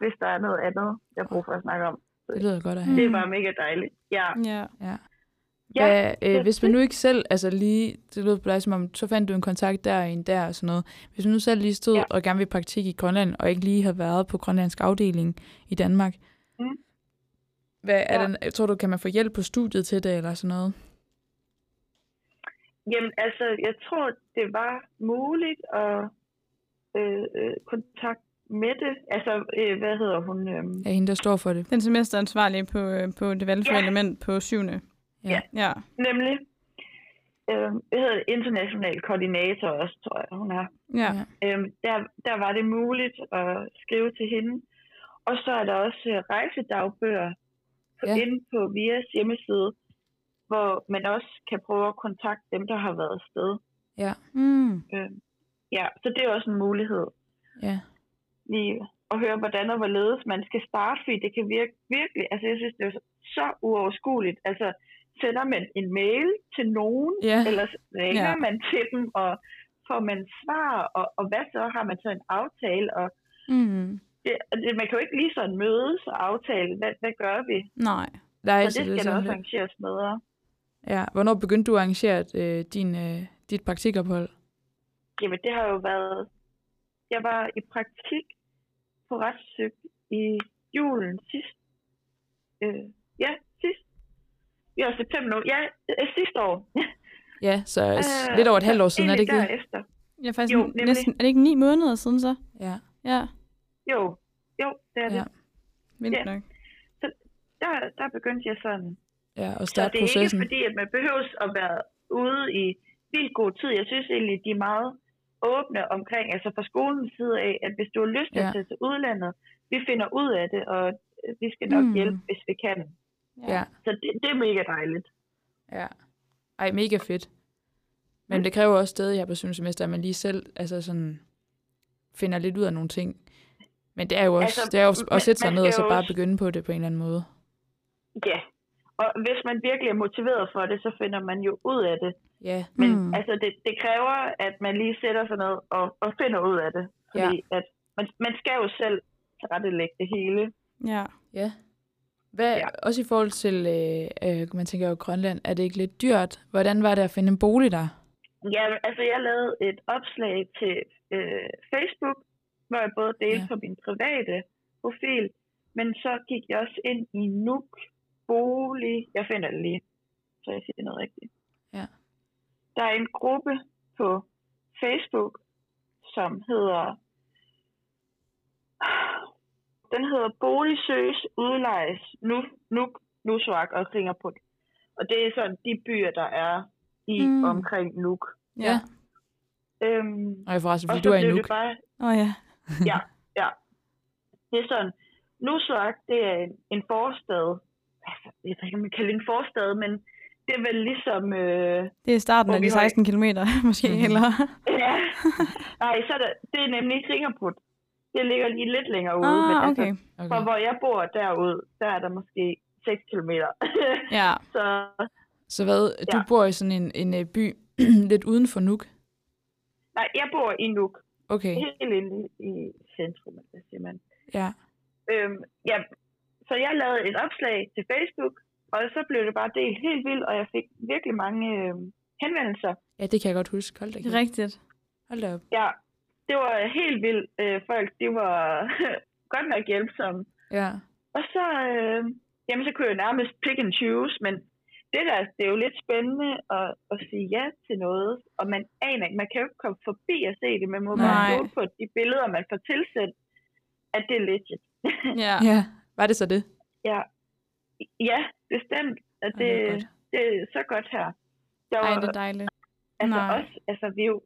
C: hvis der er noget andet, jeg har brug for at snakke om.
A: Det lyder godt at have.
B: Mm.
C: Det var mega dejligt. Ja,
B: Ja.
C: Ja,
A: Hvad, øh,
C: det-
A: hvis man nu ikke selv, altså lige, det lød på dig som om, så fandt du en kontakt der og en der og sådan noget. Hvis man nu selv lige stod ja.
C: Ja.
A: og gerne ville praktik i Grønland, og ikke lige havde været på grønlandsk afdeling i Danmark,
C: Mm.
A: hvad er
C: Ja.
A: den, jeg tror du, kan man få hjælp på studiet til det eller sådan noget?
C: jamen altså, jeg tror, det var muligt at øh, øh, kontakte Mette, altså, øh, hvad hedder hun? Øhm,
A: Ja, hende, der står for det.
B: Den semesteransvarlige på, øh, på det valgfri
C: Ja.
B: element på syvende.
A: Ja.
B: Ja.
C: Nemlig. øh, det hedder det, international koordinator også, tror jeg, hun er.
B: Ja.
A: Ja.
C: Øhm, der, der var det muligt at skrive til hende. Og så er der også øh, rejsedagbøger på,
A: Ja.
C: ja. inde på VIAs hjemmeside, hvor man også kan prøve at kontakte dem, der har været afsted.
B: Mm.
C: Øhm, ja, så det er også en mulighed
A: ja.
C: lige at høre, hvordan og hvorledes man skal starte, fordi det kan virke virkelig, altså jeg synes, det er jo så uoverskueligt. Altså, sender man en mail til nogen,
B: Ja.
C: eller ringer
B: Ja.
C: ja. man til dem, og får man svar, og, og hvad så, har man så en aftale, og
B: Mm.
C: det, og det, man kan jo ikke lige sådan mødes og aftale, hvad, hvad gør vi?
B: Nej.
A: Nej,
C: Så det skal der
A: altså sådan
C: også
A: lidt-
C: arrangeres møder.
A: ja. Hvornår begyndte du at arrangere øh, din, øh, dit praktikophold?
C: Jamen, det har jo været... Jeg var i praktik på retspsyk i julen sidst. Øh, ja, sidst. Ja, september nu. Ja, øh, sidste år.
A: Ja, så øh,
C: Øh,
A: lidt over et halvt år
C: så
A: siden, er det
C: egentlig
A: ikke det?
C: derefter.
B: Ja, faktisk
C: Jo,
B: jo,
C: nemlig.
B: næsten, er det ikke ni måneder siden så?
A: Ja.
B: Ja,
C: Jo, jo, det er det.
A: Ja.
B: vildt
C: Ja.
B: nok.
C: Der, der begyndte jeg sådan.
A: ja, og
C: Så
A: starte
C: det er
A: processen.
C: ikke fordi, at man behøves at være ude i vildt god tid. Jeg synes egentlig, de er meget åbne omkring, altså fra skolens side af, at hvis du har lyst til
A: Ja.
C: at tage til udlandet, vi finder ud af det, og øh, vi skal nok
B: Mm.
C: mm. hjælpe, hvis vi kan.
A: Ja.
C: Så det, det er mega dejligt.
A: Ja. Ej, mega fedt. Men det kræver også stadig her på syvende semester, at man lige selv altså sådan, finder lidt ud af nogle ting. Men det er jo også, altså,
C: Altså,
A: det er jo
C: man-
A: at sætte sig
C: man
A: ned og
C: skal
A: så
C: jo
A: bare
C: også-
A: begynde på det på en eller anden måde.
C: Ja. Og hvis man virkelig er motiveret for det, så finder man jo ud af det.
A: Ja,
C: Men
B: Mm.
C: mm. altså, det, det kræver, at man lige sætter sig ned og, og finder ud af det. Fordi ja. at man, man skal jo selv tilrettelægge det hele.
B: Ja.
A: ja. Hvad, ja.
C: Ja.
A: Også i forhold til, øh, øh, man tænker jo Grønland, er det ikke lidt dyrt? Hvordan var det at finde en bolig der?
C: Ja, altså, jeg lavede et opslag til øh, Facebook, hvor jeg både delte
A: Ja.
C: ja. på min private profil, men så gik jeg også ind i Nuk Bolig. Jeg finder det lige, så jeg siger noget rigtigt.
A: Ja.
C: Der er en gruppe på Facebook, som hedder... Den hedder Boligsøs Udlejes Nu, Nuk, Nusvak og Klingerput. Og det er sådan de byer, der er i
B: Mm.
C: mm. omkring Nuk.
A: Ja.
B: Ja.
C: Øhm,
A: Og jeg forresten,
C: og
A: fordi
C: så
A: du er i
C: blev
A: Nuuk.
C: det bare,
B: Åh oh, ja.
C: det er sådan, Nusak, det er en, en forstad. Altså, jeg ved ikke, om man kalder det en forstad, men det er vel ligesom, øh,
B: Det er starten
C: Hvor
B: af
C: vi
B: de 16
C: har-
B: km, måske
A: Mhm.
B: eller.
C: ja, nej, så er der, det er nemlig Kringerput. Det ligger lige lidt længere ude, men
B: Ah,
C: altså,
B: okay.
C: fra
A: Okay.
C: hvor jeg bor derud, der er der måske 6 kilometer.
B: Ja.
C: så
A: Så hvad, du
C: Ja.
A: bor i sådan en, en øh, by lidt uden for Nuuk?
C: nej, jeg bor i Nuuk,
A: Okay,
C: helt inde i centrum, eller hvad siger man.
A: ja.
C: Øhm, ja, så jeg lavede et opslag til Facebook, og så blev det bare delt helt vildt, og jeg fik virkelig mange øhm, henvendelser.
A: Ja, det kan jeg godt huske. Hold da,
B: Det er
A: kæft.
B: rigtigt.
A: Hold da op.
C: Ja, det var helt vildt. Øh, folk, det var godt nok hjælpsomme.
A: Ja.
C: Og så, øh, jamen, så kunne jeg nærmest pick and choose, men det der, det er jo lidt spændende at, at sige ja til noget, og man aner ikke, man kan jo ikke komme forbi og se det, man må bare
B: Nej.
C: stole på de billeder, man får tilsendt, at det er legit.
B: Ja.
A: ja. Var det så det?
C: Ja, bestemt, at
A: Ej,
C: det,
A: hvor godt.
C: det er så godt her. Der
B: Ej,
C: var,
B: det er dejligt.
C: altså,
B: nej.
C: også, altså, vi er jo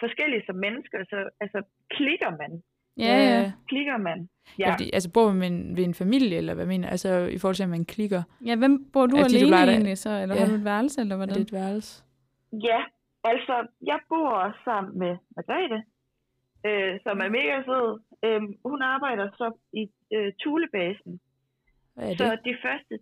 C: forskellige som mennesker, så altså, klikker man,
B: Ja, ja.
C: klikker man.
A: Ja. Fordi, altså bor man ved en- ved en familie, eller hvad mener Altså i forhold til, at man klikker
B: Ja, hvem bor du
A: Ja, fordi du
B: alene
A: plejer da-
B: egentlig så? Eller
A: Ja.
B: har du et værelse, eller
A: på
B: hvordan?
A: det et værelse.
C: Ja, altså, jeg bor sammen med Margrethe, øh, som er mega sød. Øhm, hun arbejder så i øh, Thulebasen.
A: Hvad er det?
C: Så de første,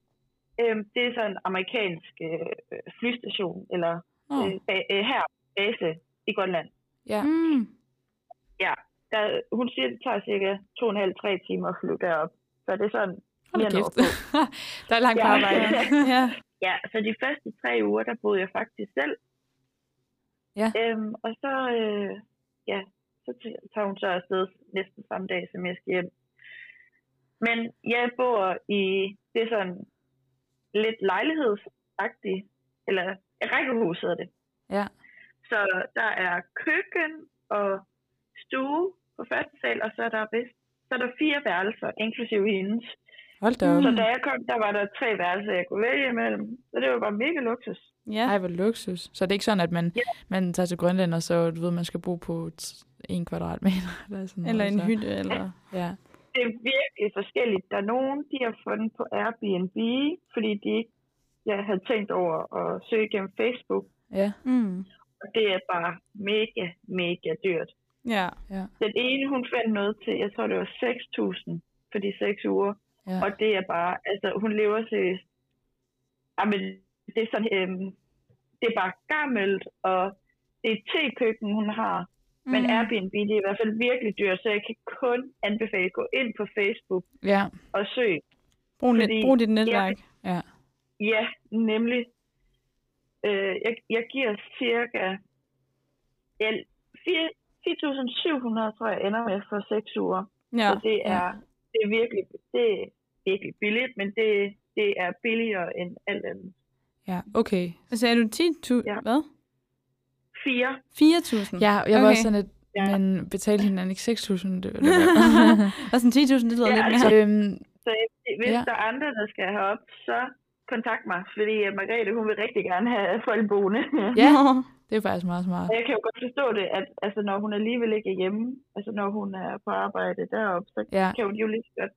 C: øh, det er sådan en amerikansk øh, flystation, eller
A: Nå,
C: øh, ba- øh, her, base i Grønland.
A: ja.
B: Mm.
C: Der, hun siger, det tager cirka 2,5-3 timer at flyve derop. Så det er sådan,
A: Hold da
C: jeg når
A: kæft.
C: på.
A: der er langt
C: Ja.
A: ja. arbejde.
B: Ja.
C: Ja, så de første tre uger, der boede jeg faktisk selv.
A: Ja.
C: Øhm, og så, øh, ja, så t- tager hun så afsted næsten samme dag, som jeg skal hjem. Men jeg bor i, det er sådan lidt lejlighedsagtigt, eller rækkehus hedder det.
A: Ja.
C: Så der er køkken og stue på første sal, og så er der vist, så er der fire værelser, inklusive hendes.
A: Hold da op.
C: Så da jeg kom, der var der tre værelser, jeg kunne vælge imellem. Så det var bare mega luksus.
B: Ja.
A: Ej, hvor luksus. Så det er ikke sådan, at man, ja. man tager til Grønland, og så du ved, man skal bo på t- en kvadratmeter. Eller, sådan
B: Eller
A: noget,
B: en
A: så.
B: hytte, eller...
A: Ja.
C: det er virkelig forskelligt. Der er nogen, de har fundet på Airbnb, fordi de ikke ja, havde tænkt over at søge gennem Facebook.
A: ja.
B: Mm.
C: Og det er bare mega, mega dyrt.
B: Ja.
C: Den ene, hun fandt noget til, jeg tror det var 6.000 for de 6 uger.
A: Ja.
C: Og det er bare, altså hun lever seriøst. Jamen, det er sådan, øhm, det er bare gammelt, og det er et tekøkken, hun har. Mm. Men Airbnb, det er i hvert fald virkelig dyrt, så jeg kan kun anbefale at gå ind på Facebook
A: ja.
C: og søge
B: Brug, net,
C: fordi-
B: brug dit netværk.
A: ja.
C: Ja, nemlig. Øh, jeg, jeg giver cirka ja, 4.700, tror jeg, ender med for 6 uger.
B: Ja.
C: Ja, så det er, det er virkelig, det er virkelig billigt, men det, det er billigere end alt andet.
A: Ja, okay.
B: ja. Sagde du 10.000? Ja.
C: Ja.
B: Hvad?
C: 4.
B: 4.000?
A: Ja, jeg var
B: Okay.
A: også sådan, at
C: Ja.
A: man betalte hinanden ikke 6.000. Det, det
B: Og sådan 10.000, det lyder
C: Ja,
B: lidt mere.
C: altså-
A: øhm,
C: Så hvis
A: Ja.
C: ja. der er andre, der skal herop, så kontakt mig, fordi øh, Margrethe, hun vil rigtig gerne have folk boende.
A: ja, det er faktisk meget smart.
C: Og jeg kan jo godt forstå det, at altså, når hun alligevel ikke er hjemme, altså når hun er på arbejde deroppe, så
A: Ja,
C: kan hun jo lige så godt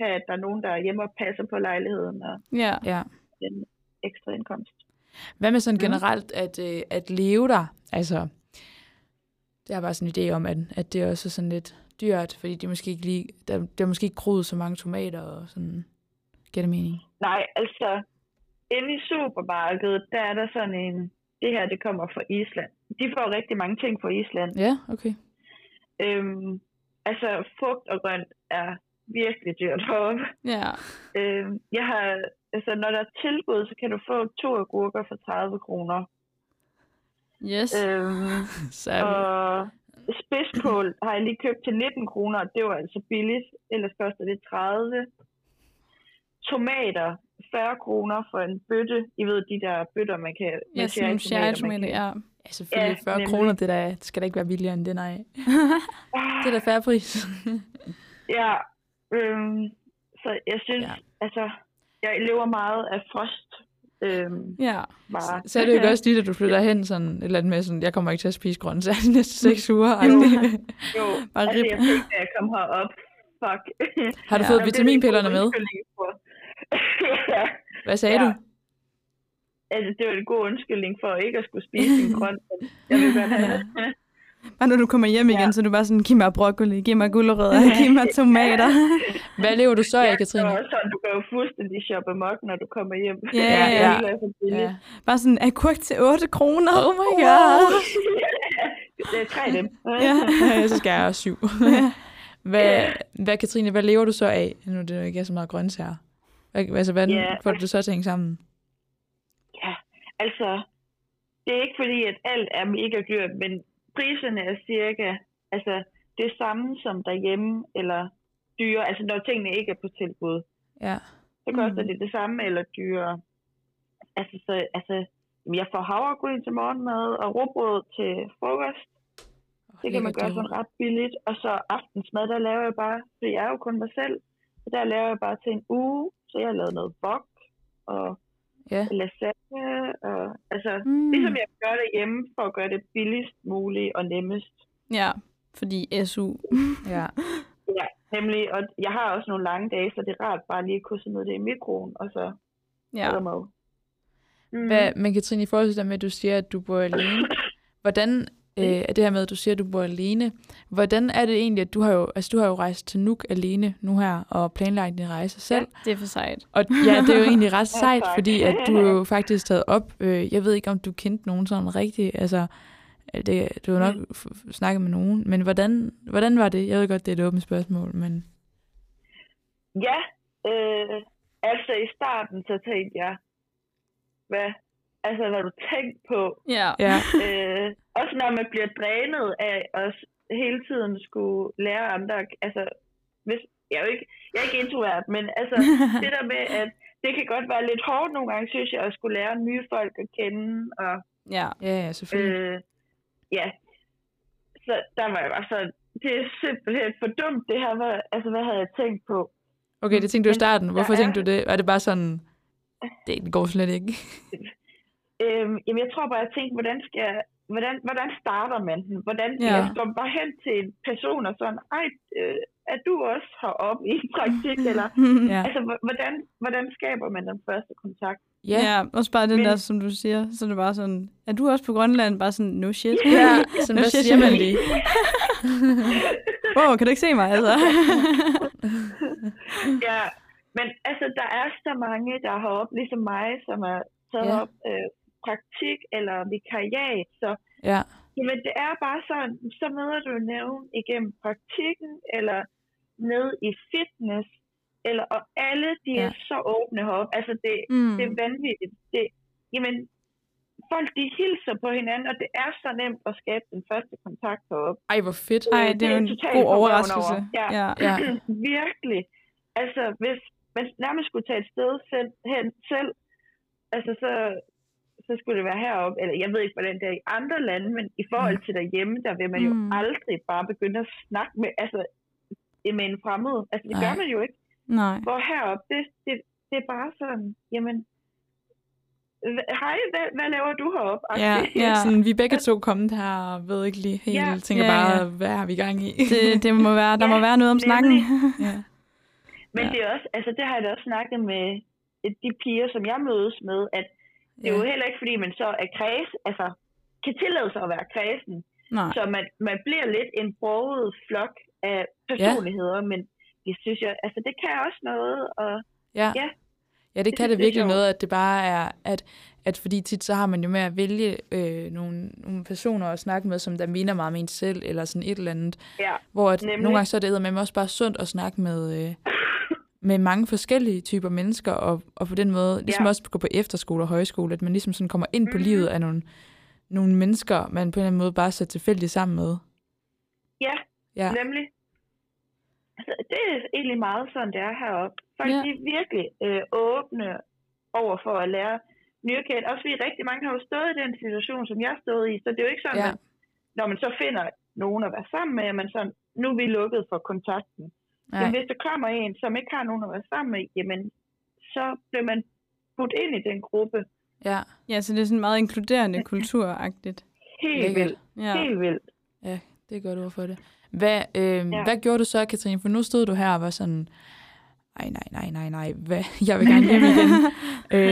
C: have, at der er nogen, der er hjemme og passer på lejligheden og
B: ja.
A: ja.
C: den ekstra indkomst.
A: Hvad med sådan
C: Ja.
A: generelt at, øh, at leve der? Altså, jeg har bare sådan en idé om, at, at det også er sådan lidt dyrt, fordi det er måske ikke lige, der, der er måske ikke groet så mange tomater og sådan. Giver det mening?
C: Nej, altså, inde i supermarkedet, der er der sådan en, det her, det kommer fra Island. De får rigtig mange ting fra Island.
A: Ja, okay.
C: Øhm, altså, frugt og grønt er virkelig dyrt heroppe.
B: Ja.
C: Øhm, jeg har, altså, når der er tilbud, så kan du få to agurker for 30 kroner.
B: Yes.
C: Øhm,
A: Så,
C: Og spidskål har jeg lige købt til 19 kroner, og det var altså billigt. Ellers koster det 30. Tomater, 40 kroner for en bøtte. I ved, de der bøtter, man kan... med
B: Ja, sådan nogle
C: man
B: cherrytomater,
C: kan-
B: ja.
A: ja, selvfølgelig
C: ja,
A: 40
C: nemlig.
A: kroner, det der, skal da ikke være billigere end det, nej. det er da færre pris.
C: Ah, Ja, øhm, så jeg synes,
A: Ja.
C: ja. altså, jeg lever meget af frost. Øhm,
B: Ja.
C: bare.
A: Så er det jo ikke også lige, at du flytter hen sådan et eller andet med sådan, jeg kommer ikke til at spise grøntsager de næste seks uger. Ej,
B: Jo.
A: det-
C: Jo,
B: Bare
C: altså,
B: rib.
C: jeg tænkte, da jeg kom herop. Fuck.
A: har du
B: Ja.
A: fået
C: Der blev
A: vitaminpillerne
C: en
A: med?
C: god undskyldning for- ja.
A: Hvad sagde
C: Ja.
A: du?
C: Altså, det var en god undskyldning for ikke at skulle spise en grøn. Jeg vil godt have det.
B: Bare når du kommer hjem igen,
C: Ja.
B: så er du bare sådan, giv mig broccoli, giv mig gulerødder, giv mig tomater.
A: Hvad lever du så af,
C: Det var
A: Katrine?
C: også sådan, du kan jo fuldstændig shoppe mok, når du kommer hjem.
B: Ja,
C: Det
A: ja.
C: hele er så billigt.
A: Ja.
B: Bare sådan, agurk til 8 kroner.
A: Oh my god.
C: Det er tre af dem.
B: Ja.
A: så skal jeg også syv. hvad, hvad, Katrine, hvad lever du så af? Nu er det jo ikke så meget grøntsager. Hvad- Altså, hvordan
C: Ja.
A: får du det så til at hænge sammen?
C: Altså, det er ikke fordi, at alt er mega dyrt, men priserne er cirka altså, det samme som derhjemme, eller dyre. Altså, når tingene ikke er på tilbud,
A: Ja.
C: så koster
B: Mm.
C: det det samme, eller dyre. Altså, så, altså, jeg får havregryn til morgenmad, og råbrød til frokost. Det kan man
A: Lækkert,
C: gøre sådan ret billigt. Og så aftensmad, der laver jeg bare, for jeg er jo kun mig selv, så der laver jeg bare til en uge, så jeg har lavet noget bok og
A: Ja.
C: lasagne, og, altså
B: Mm.
C: ligesom jeg gør det hjemme, for at gøre det billigst muligt og nemmest.
B: Ja, fordi SU.
A: Ja.
C: Ja, nemlig, og jeg har også nogle lange dage, så det er rart bare lige at kunne smide det i mikroen, og så
B: Ja.
C: er der mad. Mm.
A: Hvad, men Katrine, i forhold til det med, at du siger, at du bor alene, hvordan
C: Mm.
A: øh, er det her med, at du siger, at du bor alene, hvordan er det egentlig, at du har jo, altså, du har jo rejst til Nuuk alene nu her, og planlagt din rejse selv,
B: Det er for sejt.
A: Og ja, det er jo egentlig ret
C: Ja,
A: sejt,
C: tak.
A: fordi at du er jo faktisk taget op. Øh, jeg ved ikke, om du kendte nogen sådan rigtigt. Altså, øh, det, du har nok
C: Mm.
A: f- f- snakket med nogen. Men hvordan, hvordan var det? Jeg ved godt, det er et åbent spørgsmål, men...
C: Ja, øh, altså i starten, så tænkte jeg, hvad, altså når du tænkte på,
B: Ja.
A: Ja,
C: øh, også når man bliver drænet af at s- hele tiden skulle lære andre, altså, hvis, jeg er jo ikke, jeg er ikke introvert, men altså, det der med, at det kan godt være lidt hårdt nogle gange, synes jeg, at skulle lære nye folk at kende, og
B: ja.
A: ja, ja selvfølgelig.
C: øh, ja, så der var jeg bare sådan, det er simpelthen for dumt, det her, hvad, altså, hvad havde jeg tænkt på?
A: Okay, det tænkte du i
C: men
A: starten. Hvorfor
C: der er-
A: tænkte du det? Var det bare sådan... Det går slet ikke.
C: Øhm, jamen, jeg tror bare, jeg tænkte, hvordan skal jeg, hvordan, hvordan starter man den? Hvordan
B: Ja.
C: ja. jeg går bare hen til en person og sådan, ej, øh, er du også heroppe i praktik? Eller,
A: Ja.
C: altså, h- hvordan, hvordan skaber man den første kontakt?
A: Ja.
B: ja, også bare den
C: Men-
B: der, som du siger, så er det bare sådan, er du også på Grønland? Bare sådan, no shit.
A: ja. Sådan,
B: Nu
A: hvad
B: siger
A: siger
B: jeg
A: man
B: lige.
A: lige?
B: wow, kan du ikke se mig, altså?
C: Ja, men altså, der er så mange, der har op, ligesom mig, som er taget
A: Ja.
C: ja. op øh, praktik eller vikariat, så
A: Ja.
C: Jamen, det er bare sådan, så møder du nævn igennem praktikken, eller ned i fitness, eller, og alle de ja. er så åbne heroppe. Altså, det,
B: mm.
C: det er vanvittigt. Det, jamen, folk de hilser på hinanden, og det er så nemt at skabe den første kontakt heroppe.
A: Ej, hvor fedt.
B: Ej,
C: Øh,
B: det er jo en
C: totalt
B: god
C: forragende
B: overraskelse.
C: over. Ja.
B: ja.
A: Ja.
C: Øhm, Virkelig. Altså, hvis man nærmest skulle tage et sted selv, hen selv, altså så, så skulle det være heroppe, eller jeg ved ikke, hvordan det er i andre lande, men i forhold til derhjemme, der vil man jo
B: Mm.
C: mm. aldrig bare begynde at snakke med, altså, med en fremmed. Altså, det gør
A: Nej.
C: man jo ikke.
B: Nej.
C: Hvor heroppe, det, det, det er bare sådan, jamen, hva- hej, hvad, hvad laver du heroppe?
A: Ja, ja.
B: Ja.
A: Sådan, vi er begge to kommet her og ved ikke lige helt,
C: Ja.
A: tænker
B: Ja,
A: bare,
B: ja.
A: hvad har vi gang i?
B: Det, det må være, der må
C: Ja,
B: være noget om snakken.
A: ja.
C: Men
A: Ja.
C: ja. det er også, altså det har jeg da også snakket med øh, de piger, som jeg mødes med, at det er
A: Ja.
C: jo heller ikke, fordi man så er kreds, altså kan tillade sig at være kredsen.
B: Nej.
C: Så man, man bliver lidt en broget flok af personligheder, ja. men det synes jeg, altså det kan også noget, og
A: Ja.
C: Ja.
A: Ja, det kan
C: synes
A: det
C: jeg er
A: virkelig
C: sjovt.
A: noget, at det bare er, at, at fordi tit så har man jo med at vælge øh, nogle, nogle personer at snakke med, som der minder meget med en selv, eller sådan et eller andet,
C: ja,
A: hvor at
C: Nemlig.
A: nogle gange så er det med også bare sundt at snakke med, øh, med mange forskellige typer mennesker, og, og på den måde, ligesom
C: Ja. Mhm.
A: også gå på efterskole og højskole, at man ligesom sådan kommer ind på livet af nogle, nogle mennesker, man på en eller anden måde bare sætter tilfældigt sammen med.
C: ja,
A: Ja,
C: ja. nemlig. Altså, det er egentlig meget sådan, det er heroppe. Folk
A: Ja.
C: ja. de er virkelig øh, åbne over for at lære nye at kende. Også fordi rigtig mange har jo stået i den situation, som jeg stod i, så det er jo ikke sådan,
A: Ja.
C: ja. at når man så finder nogen at være sammen med, at man sådan, nu er vi lukket for kontakten.
A: Nej.
C: Men hvis der kommer en, som ikke har nogen at være sammen med, jamen, så bliver man budt ind i den gruppe.
A: ja,
B: Ja, så det er sådan meget inkluderende kulturagtigt.
C: Helt
A: Lækkert.
C: vildt.
B: Ja.
C: Helt vildt.
A: Ja, det er godt ord for det. Hvad, øh, ja.
C: Ja.
A: hvad gjorde du så, Katrine? For nu stod du her og var sådan, ej, nej, nej, nej, nej, hvad? jeg vil gerne hjem igen.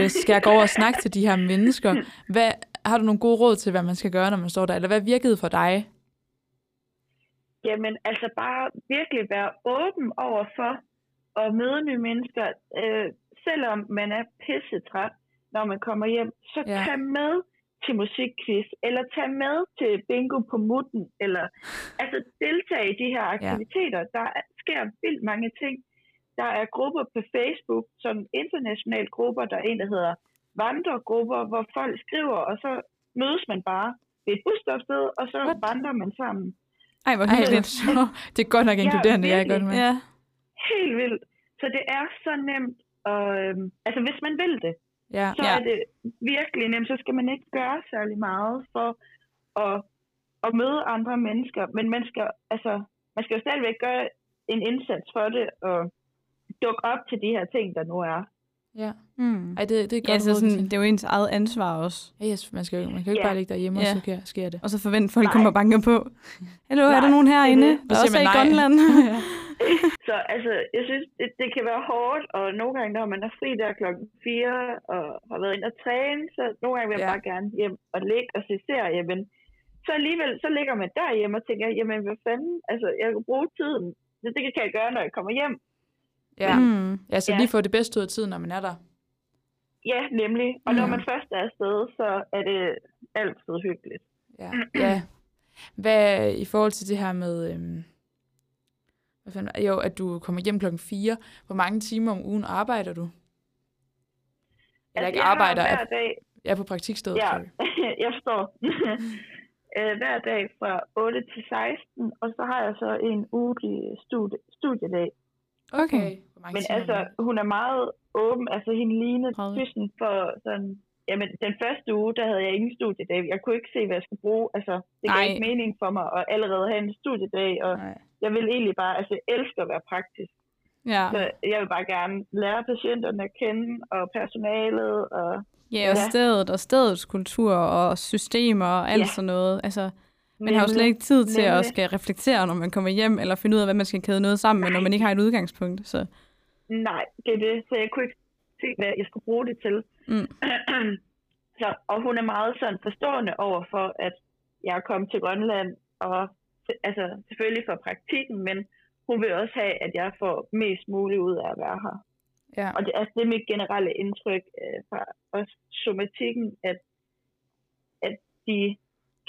A: øh, skal jeg gå over og snakke til de her mennesker? Hvad, har du nogle gode råd til, hvad man skal gøre, når man står der? Eller hvad virkede for dig?
C: Jamen, altså bare virkelig være åben over for at møde nye mennesker. Øh, selvom man er pissetræt, når man kommer hjem, så
A: Ja.
C: ja. tag med til musikquiz, eller tag med til bingo på mutten, eller altså deltag i de her aktiviteter. Ja. Der er- sker vildt mange ting. Der er grupper på Facebook, sådan internationale grupper, der er en, der hedder vandregrupper, hvor folk skriver, og så mødes man bare ved et busstopsted, og så
A: What?
C: vandrer man sammen.
B: Ej, hvor
A: Ej, hvor
B: hyggeligt.
A: sjovt. det er godt nok
C: Ja,
A: inkluderende, jeg er godt
C: virkelig.
A: med.
B: Ja.
C: Helt vildt. Så det er så nemt. Og, øhm, altså, hvis man vil det,
A: Ja,
C: så
B: Ja.
C: ja. er det virkelig nemt. Så skal man ikke gøre særlig meget for at, at møde andre mennesker. Men man skal, altså, man skal jo stadigvæk gøre en indsats for det og dukke op til de her ting, der nu er.
A: ja.
B: Mm.
A: Ej, det, det er et godt
B: Ja,
A: ja,
B: så
A: råd.
B: sådan,
A: Sådan,
B: det er jo ens eget ansvar også.
A: ja, yes, man, skal, jo- man kan jo ikke
C: Ja.
A: bare ligge derhjemme,
B: Ja.
A: og så sker, sker det.
B: Og så forvente, at folk
C: Nej.
B: kommer og banker på. Hallo, er
C: Nej,
B: der nogen herinde,
C: det er
B: der
A: Så siger
B: også er
A: man
B: i
A: nej.
B: Grønland?
C: Så altså, jeg synes, det, det kan være hårdt, og nogle gange, når man er fri der klokken 4 og har været inde og træne, så nogle gange vil jeg
A: Ja.
C: ja. bare gerne hjem og ligge og se serie, men så alligevel, så ligger man derhjemme og tænker, jamen hvad fanden, altså jeg kan bruge tiden, det, det kan jeg gøre, når jeg kommer hjem.
A: Ja.
B: Mm.
A: ja, så
C: Ja.
A: lige få det bedste ud af tiden, når man er der.
C: Ja, nemlig. Og når
B: Mm.
C: man først er afsted, så er det altid hyggeligt.
A: Ja. ja. Hvad i forhold til det her med, øhm, hvad fanden, var- jo, at du kommer hjem klokken 4, hvor mange timer om ugen arbejder du? Eller ikke
C: Altså, jeg har
A: arbejder,
C: hver
A: at
C: dag,
A: jeg er på praktikstedet.
C: Ja,
A: sorry.
C: jeg forstår. Øh, Hver dag fra 8 til 16, og så har jeg så en ugelig studie, studiedag.
B: Okay.
A: Hvor mange
C: Men
A: timer
C: altså,
A: om ugen?
C: hun er meget åben. Altså, hende ligner
B: Prøvet.
C: tysen for sådan... Jamen, den første uge, der havde jeg ingen studiedag. Jeg kunne ikke se, hvad jeg skulle bruge. Altså, det gav
B: Nej.
C: ikke mening for mig at allerede have en studiedag. Og
A: Nej.
C: jeg vil egentlig bare... Altså, jeg elsker at være praktisk.
B: Ja.
C: Så jeg vil bare gerne lære patienterne at kende, og personalet, og
B: Ja, og
C: Ja.
B: stedet og stedets kultur og systemer og alt
C: Ja.
B: sådan noget. Altså, man har jo slet ikke tid til at
C: nemlig.
B: skal reflektere, når man kommer hjem, eller finde ud af, hvad man skal kæde noget sammen med, når man ikke har et udgangspunkt. Så
C: Nej, det er det. Så jeg kunne ikke se, hvad jeg skulle bruge det til.
B: Mm.
C: så, og hun er meget sådan forstående over for, at jeg kom til Grønland, og altså selvfølgelig for praktikken, men hun vil også have, at jeg får mest muligt ud af at være her.
B: ja.
C: Og det, altså, det er mit generelle indtryk øh, fra også somatikken, at, at de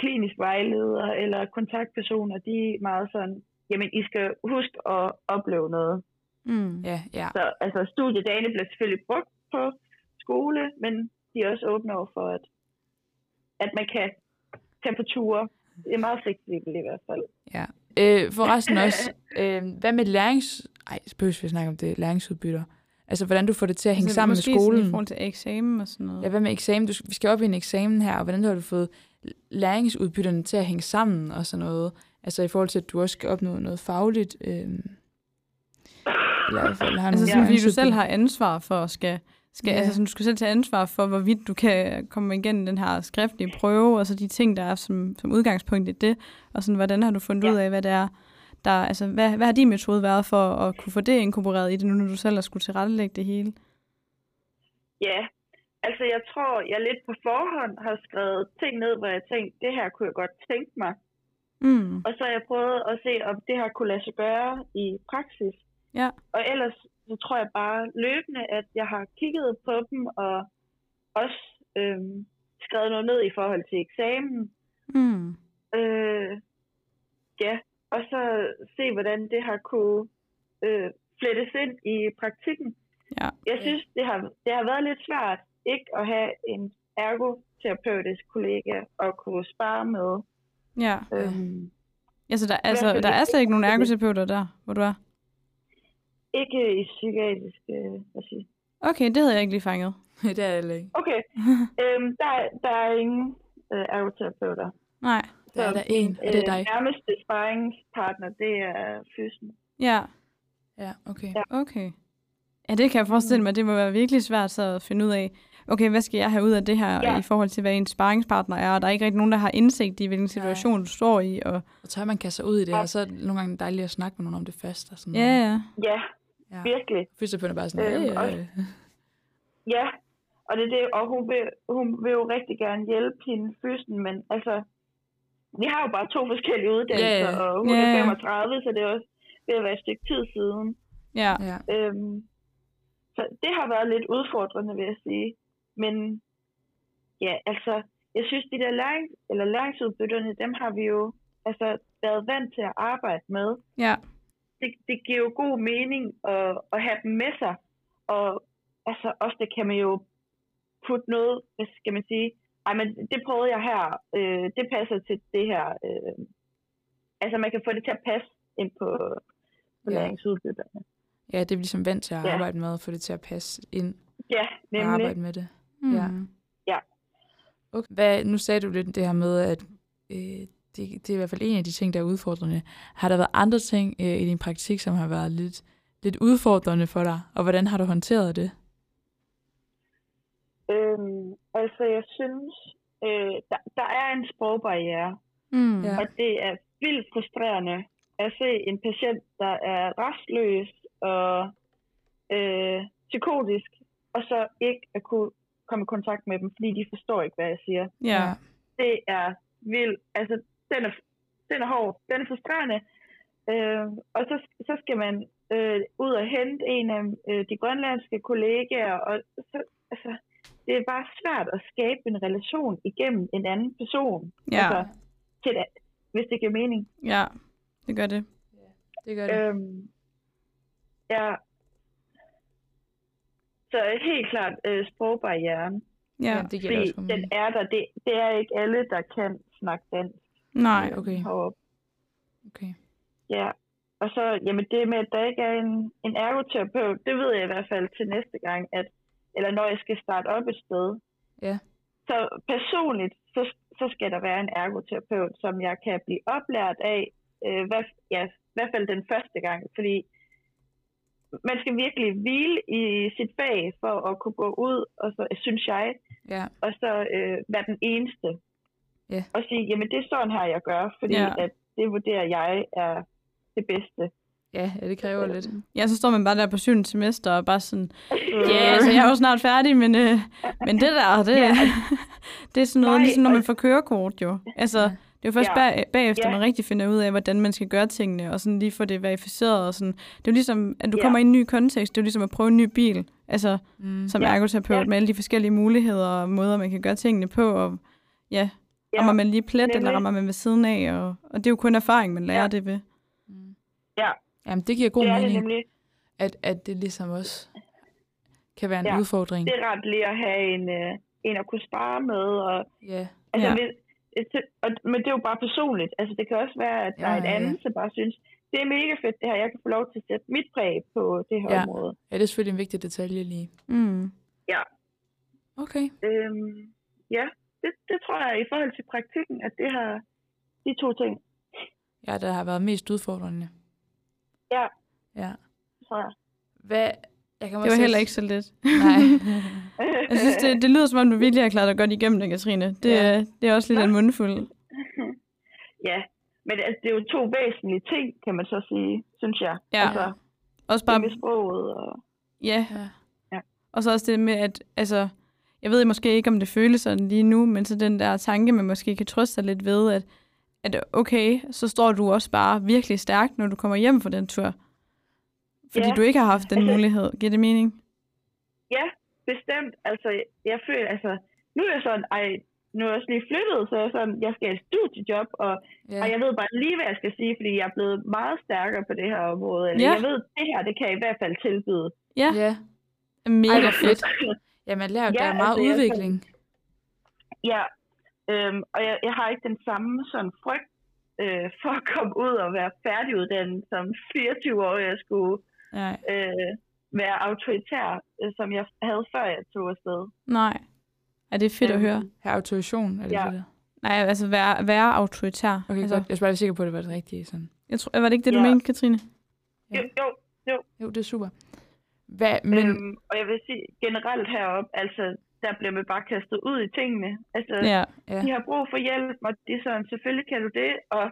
C: klinisk vejledere eller kontaktpersoner, de er meget sådan, jamen I skal huske at opleve noget.
B: Mm.
A: Ja, ja.
C: Så altså, studiedagene bliver selvfølgelig brugt på skole, men de er også åbne over for, at, at man kan tage på ture. Det er meget fleksibelt i hvert fald.
A: ja. Øh, forresten også, øh, hvad med lærings... Ej, så behøver vi at snakke om det, læringsudbytter. Altså, hvordan du får det til at hænge
B: Altså,
A: sammen med
B: måske
A: skolen.
B: Sådan i forhold til eksamen og sådan noget.
A: Ja, hvad med eksamen? Du, vi skal op i en eksamen her, og hvordan har du fået læringsudbytterne til at hænge sammen og sådan noget? Altså i forhold til, at du også skal opnå noget fagligt, øh, eller i hvert fald har
B: Altså
A: nogle
B: sådan, fordi du
A: læringsudbytter.
B: selv har ansvar for at skal, skal
A: Ja.
B: altså sådan, du skal selv tage ansvar for, hvorvidt du kan komme igennem den her skriftlige prøve, og så de ting, der er som, som udgangspunkt i det, og sådan, hvordan har du fundet
C: Ja.
B: ud af, hvad det er, der, altså, hvad, hvad har din metode været for at kunne få det inkorporeret i det, nu når du selv har skulle tilrettelægge det hele?
C: Ja, altså jeg tror, jeg lidt på forhånd har skrevet ting ned, hvor jeg tænkte, det her kunne jeg godt tænke mig.
B: Mm.
C: Og så har jeg prøvet at se, om det her kunne lade sig gøre i praksis.
B: Ja.
C: Og ellers så tror jeg bare løbende, at jeg har kigget på dem og også øhm, skrevet noget ned i forhold til eksamen.
B: Mm.
C: Øh, ja, og så se, hvordan det har kunne øh, flettes ind i praktikken.
B: Ja.
C: Jeg synes, det har, det har været lidt svært ikke at have en ergoterapeutisk kollega at kunne spare med.
B: Ja.
C: Øhm,
B: Altså, der, altså,
C: fald
B: der er
C: ikke
B: slet ikke nogen
C: det.
B: ergoterapeuter der, hvor du er.
C: ikke i psykiatrisk øh, regi.
B: Okay, det havde jeg ikke lige fanget.
A: det er det ikke.
C: Okay, øhm, der, er- der er ingen øh, ergoterapeuter.
B: Nej.
A: Der er
C: Så
A: der en, og det er dig.
C: nærmeste sparringspartner, det er fysen.
B: Ja.
A: Ja, okay.
C: Ja.
B: Okay. Ja, det kan jeg forestille mig. Det må være virkelig svært så at finde ud af, okay, hvad skal jeg have ud af det her ja.
C: Ja.
B: i forhold til, hvad en sparringspartner er, og der er ikke rigtig nogen, der har indsigt i, hvilken situation du står i. Og...
A: Og tør man kaste sig ud i det her, så er det nogle gange dejligt at snakke med nogen om det først. Og sådan
B: Ja, ja.
C: Ja,
A: ja.
C: virkelig.
A: Fysioterapeuten er bare sådan,
C: Øhm,
A: øh, øh,
C: også-
A: øh.
C: Ja, og det er det, og hun vil, hun vil jo rigtig gerne hjælpe hende fysen, men altså, vi har jo bare to forskellige uddannelser,
A: Ja, ja.
C: og hun
B: Ja, ja.
C: er 35, så det er også ved at være et stykke tid siden.
B: ja.
A: Ja.
C: Øhm, så det har været lidt udfordrende, vil jeg sige. Men ja, altså, jeg synes, de der læring, eller læringsudbytterne, dem har vi jo altså, været vant til at arbejde med.
B: ja.
C: Det, det giver jo god mening at, at have dem med sig. Og altså, ofte kan man jo putte noget, hvad skal man sige, ej, men det prøvede jeg her, øh, det passer til det her. Øh, altså, man kan få det til at passe ind på, på
A: Ja.
C: læringsudbytterne.
A: ja, det er vi ligesom vant til at
C: Ja.
A: arbejde med, at få det til at passe ind
C: Ja,
A: og
C: nemlig.
A: arbejde med det.
B: Mm.
A: Ja. Okay. Hvad, nu sagde du lidt det her med, at øh, det, det er i hvert fald en af de ting, der er udfordrende. Har der været andre ting øh, i din praktik, som har været lidt, lidt udfordrende for dig, og hvordan har du håndteret det?
C: Øhm, altså, jeg synes, øh, der, der er en sprogbarriere,
B: Mm.
A: Ja.
B: Ja.
C: og det er vildt frustrerende at se en patient, der er restløs og øh, psykotisk, og så ikke at kunne komme i kontakt med dem, fordi de forstår ikke, hvad jeg siger.
B: ja.
C: Det er vildt. Altså, den er, den er hård. Den er frustrerende. Øh, og så, så skal man øh, ud og hente en af øh, de grønlandske kollegaer. Og så, altså, det er bare svært at skabe en relation igennem en anden person.
B: Ja.
C: Altså, til det, hvis det giver mening.
B: ja. Det gør det.
A: det gør
C: Øhm, ja. Så helt klart øh, sprogbarrieren.
B: Ja. ja.
A: det giver det
C: Fordi
A: også god
C: den
A: mening.
C: er der. Det, det er ikke alle, der kan snakke dansk.
B: Nej.
A: okay.
C: heroppe.
A: Okay.
C: Ja, og så, jamen det med, at der ikke er en, en ergoterapeut, det ved jeg i hvert fald til næste gang, at, eller når jeg skal starte op et sted.
A: Ja.
C: Så personligt, så, så skal der være en ergoterapeut, som jeg kan blive oplært af, øh, hvad, ja, i hvert fald den første gang, fordi man skal virkelig hvile i sit fag for at kunne gå ud, og så, synes jeg,
A: Ja,
C: og så øh, være den eneste.
A: Ja.
C: Og sige, jamen det er sådan her, jeg gør, fordi
B: Ja.
C: at det vurderer jeg er det bedste.
A: ja, ja det kræver lidt.
B: Ja, så står man bare der på syvende semester og bare sådan, ja,
A: Øh.
B: yeah, altså jeg er jo snart færdig, men, øh, men det der, det,
C: Ja.
B: det er sådan noget,
C: Nej,
B: ligesom når man
C: og-
B: får kørekort jo. Altså, det er jo først
C: Ja.
B: bag, bagefter,
C: Ja.
B: man rigtig finder ud af, hvordan man skal gøre tingene, og sådan lige få det verificeret. Og sådan. Det er jo ligesom, at du
C: Ja.
B: kommer i en ny kontekst, det er jo ligesom at prøve en ny bil, altså
A: Mm.
B: som
C: Ja.
B: ergoterapeut,
C: Ja.
B: med alle de forskellige muligheder og måder, man kan gøre tingene på, og ja,
C: Ja.
B: rammer man lige plet, eller
C: nemlig.
B: rammer man ved siden af, og, og det er jo kun erfaring, man lærer
C: Ja.
B: det ved.
A: Jamen, det giver god
C: det er det
B: Mm.
A: mening,
C: nemlig.
A: at, at det ligesom også kan være en
C: Ja.
A: udfordring.
C: Det er ret lige at have en, øh, en at kunne spare med. Og,
A: Ja,
C: altså,
B: Ja.
C: ja. hvis, et- og, men det er jo bare personligt. Altså, det kan også være, at der
A: Ja,
C: er en
A: ja,
C: anden, som bare synes, det er mega fedt det her, jeg kan få lov til at sætte mit præg på det her
A: Ja.
C: ja. område.
A: ja det er selvfølgelig en vigtig detalje lige.
B: Mm.
A: Okay,
C: Øhm, ja, det, det tror jeg i forhold til praktikken, at det har de to ting,
A: ja, der har været mest udfordrende.
C: Ja.
A: Ja.
C: tror jeg.
A: Hvad, jeg kan
B: Det var heller ikke så let.
A: Nej.
B: Jeg synes, det, det lyder som om, du virkelig har klaret dig godt igennem det, Katrine. Det,
A: Ja.
B: ja. det er også lidt
C: Nå.
B: en mundfuld.
C: ja, men altså, det er jo to væsentlige ting, kan man så sige, synes jeg.
B: Ja.
C: Altså,
B: Også
C: det
B: bare,
C: med sproget og...
B: ja.
A: Ja.
C: Ja.
B: Og så også det med, at, altså, jeg ved måske ikke, om det føles sådan lige nu, men så den der tanke, man måske kan trøste sig lidt ved, at, at okay, så står du også bare virkelig stærkt, når du kommer hjem fra den tur. Fordi
C: Ja.
B: du ikke har haft den
C: Altså-
B: mulighed. Giver det mening?
C: Ja, bestemt. Altså, jeg, jeg føler, altså, nu er jeg sådan, ej, nu er jeg også lige flyttet, så jeg er sådan, jeg skal have et studiejob, og, ja. og
A: Ja.
C: jeg ved bare lige, hvad jeg skal sige, fordi jeg er blevet meget stærkere på det her område. Eller
B: Ja.
C: ja. jeg ved, det her, det kan jeg i hvert fald tilbyde.
B: Ja,
A: ja.
B: mega
A: Ej, hvor fedt.
C: fedt.
A: Ja, man lærer,
C: Ja,
A: der er meget
C: altså, jeg er
A: udvikling.
C: Ja, øhm, og jeg, jeg har ikke den samme sådan frygt øh, for at komme ud og være færdiguddannet som 24 år, jeg skulle
B: Nej.
C: øh, være autoritær, øh, som jeg havde før jeg tog afsted.
B: Nej. Er det er fedt at
C: Øhm,
B: høre?
A: Her autorisation, er det
C: Ja.
A: det der?
B: Nej, altså være, være autoritær.
A: Okay,
B: altså,
A: godt. Jeg skal bare være sikker på, at det var det rigtige. Sådan.
B: Jeg tror, var det ikke det, du
C: Ja.
B: mente, Katrine?
A: Ja.
C: Jo, jo,
A: Jo, det er super. Hvad,
C: men...
A: men,
C: øhm, og jeg vil sige generelt heroppe, altså der bliver man bare kastet ud i tingene. Altså, ja.
B: Ja.
A: Ja.
C: de har brug for hjælp, og det er sådan, selvfølgelig kan du det, og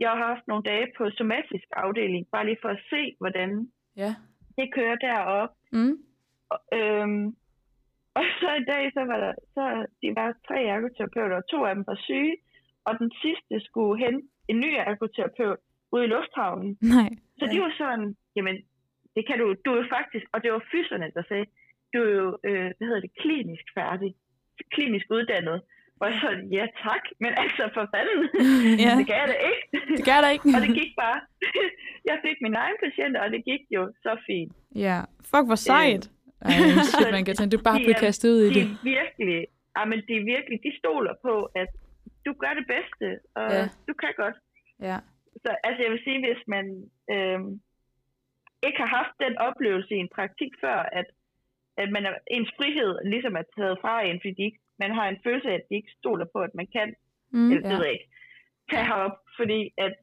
C: jeg har haft nogle dage på somatisk afdeling, bare lige for at se, hvordan
A: ja.
C: det kører deroppe.
B: Mm.
C: Øhm, og så i dag, så var der, så de var tre ergoterapeuter, og to af dem var syge, og den sidste skulle hente en ny ergoterapeut ude i lufthavnen.
B: Nej.
C: Så de var sådan, jamen, det kan du, du er jo faktisk, og det var fyserne, der sagde, du er jo, øh, hvad hedder det, klinisk færdig, klinisk uddannet. Og jeg sådan, ja tak, men altså for fanden,
B: Ja.
C: det kan jeg da ikke.
A: Det gør der ikke.
C: og det gik bare, jeg fik min egen patienter, og det gik jo så fint.
A: Ja.
B: Fuck, hvor sejt.
A: Ej, shit, man kan tænke, du er bare
C: De
A: blevet
C: er-
A: kastet ud i
C: De
A: det.
C: er virkelig, ja, men de er virkelig, de stoler på, at du gør det bedste, og
A: Ja.
C: ja. du kan godt.
A: Ja.
C: Så altså, jeg vil sige, hvis man øh, ikke har haft den oplevelse i en praktik før, at, at man er, ens frihed ligesom er taget fra en, fordi de ikke, man har en følelse af, at de ikke stoler på, at man kan,
B: Mm.
C: eller det
A: ja.
C: ved jeg ikke, tage herop, fordi at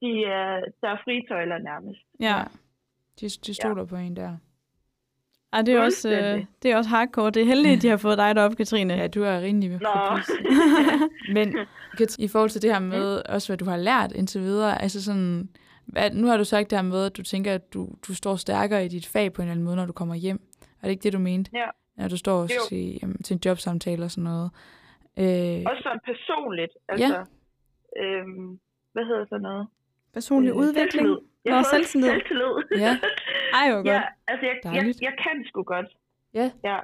C: de er, der er fritøjler nærmest.
B: Ja.
A: De, de stoler ja. på en der.
B: Ej, det, er også, øh,
C: Fuldstændig.
B: det er også hardcore. Det er heldigt, de har fået dig derop, Katrine.
A: Ja,
B: Ja.
A: du er rimelig med
C: Nå. Mm.
A: Men Kat- i forhold til det her med, også hvad du har lært indtil videre, altså sådan, hvad, nu har du sagt det her med, at du tænker, at du, du står stærkere i dit fag på en eller anden måde, når du kommer hjem. Er det ikke det, du mente?
C: Ja.
A: Når du står
C: Jo.
A: til, jamen, til en jobsamtale og sådan noget. Øh,
C: Også sådan personligt, altså, ja. øhm, hvad hedder sådan noget?
B: Personlig
C: Øh,
B: udvikling.
C: selvtillid. Jeg
B: Nå,
C: har fået
B: selvtillid.
C: selvtillid.
A: ja,
B: Ej, hvor
C: ja,
B: godt.
C: altså, jeg, jeg,
A: Dejligt.
C: jeg kan sgu godt.
A: Ja.
C: Ja.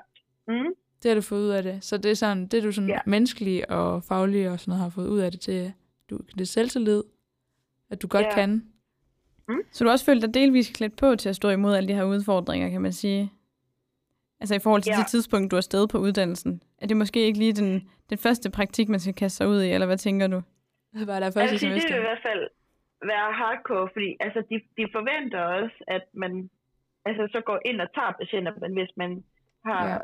C: Mm,
A: det har du fået ud af det. Så det er sådan, det du sådan ja.
C: Ja.
A: menneskelig og faglig og sådan noget har fået ud af det til, du, det er selvtillid, at du godt
C: Ja.
A: kan.
B: Så du har også følt dig delvis klædt på til at stå imod alle de her udfordringer, kan man sige. Altså i forhold til ja.
C: Ja.
B: det tidspunkt, du er sted på uddannelsen. Er det måske ikke lige den, den første praktik, man skal kaste sig ud i, eller hvad tænker du?
A: Det var der
C: Altså,
A: første
C: det vil
A: semester.
C: i hvert fald være hardcore, fordi altså, de, de forventer også, at man altså, så går ind og tager patienter, men hvis man har
A: Ja.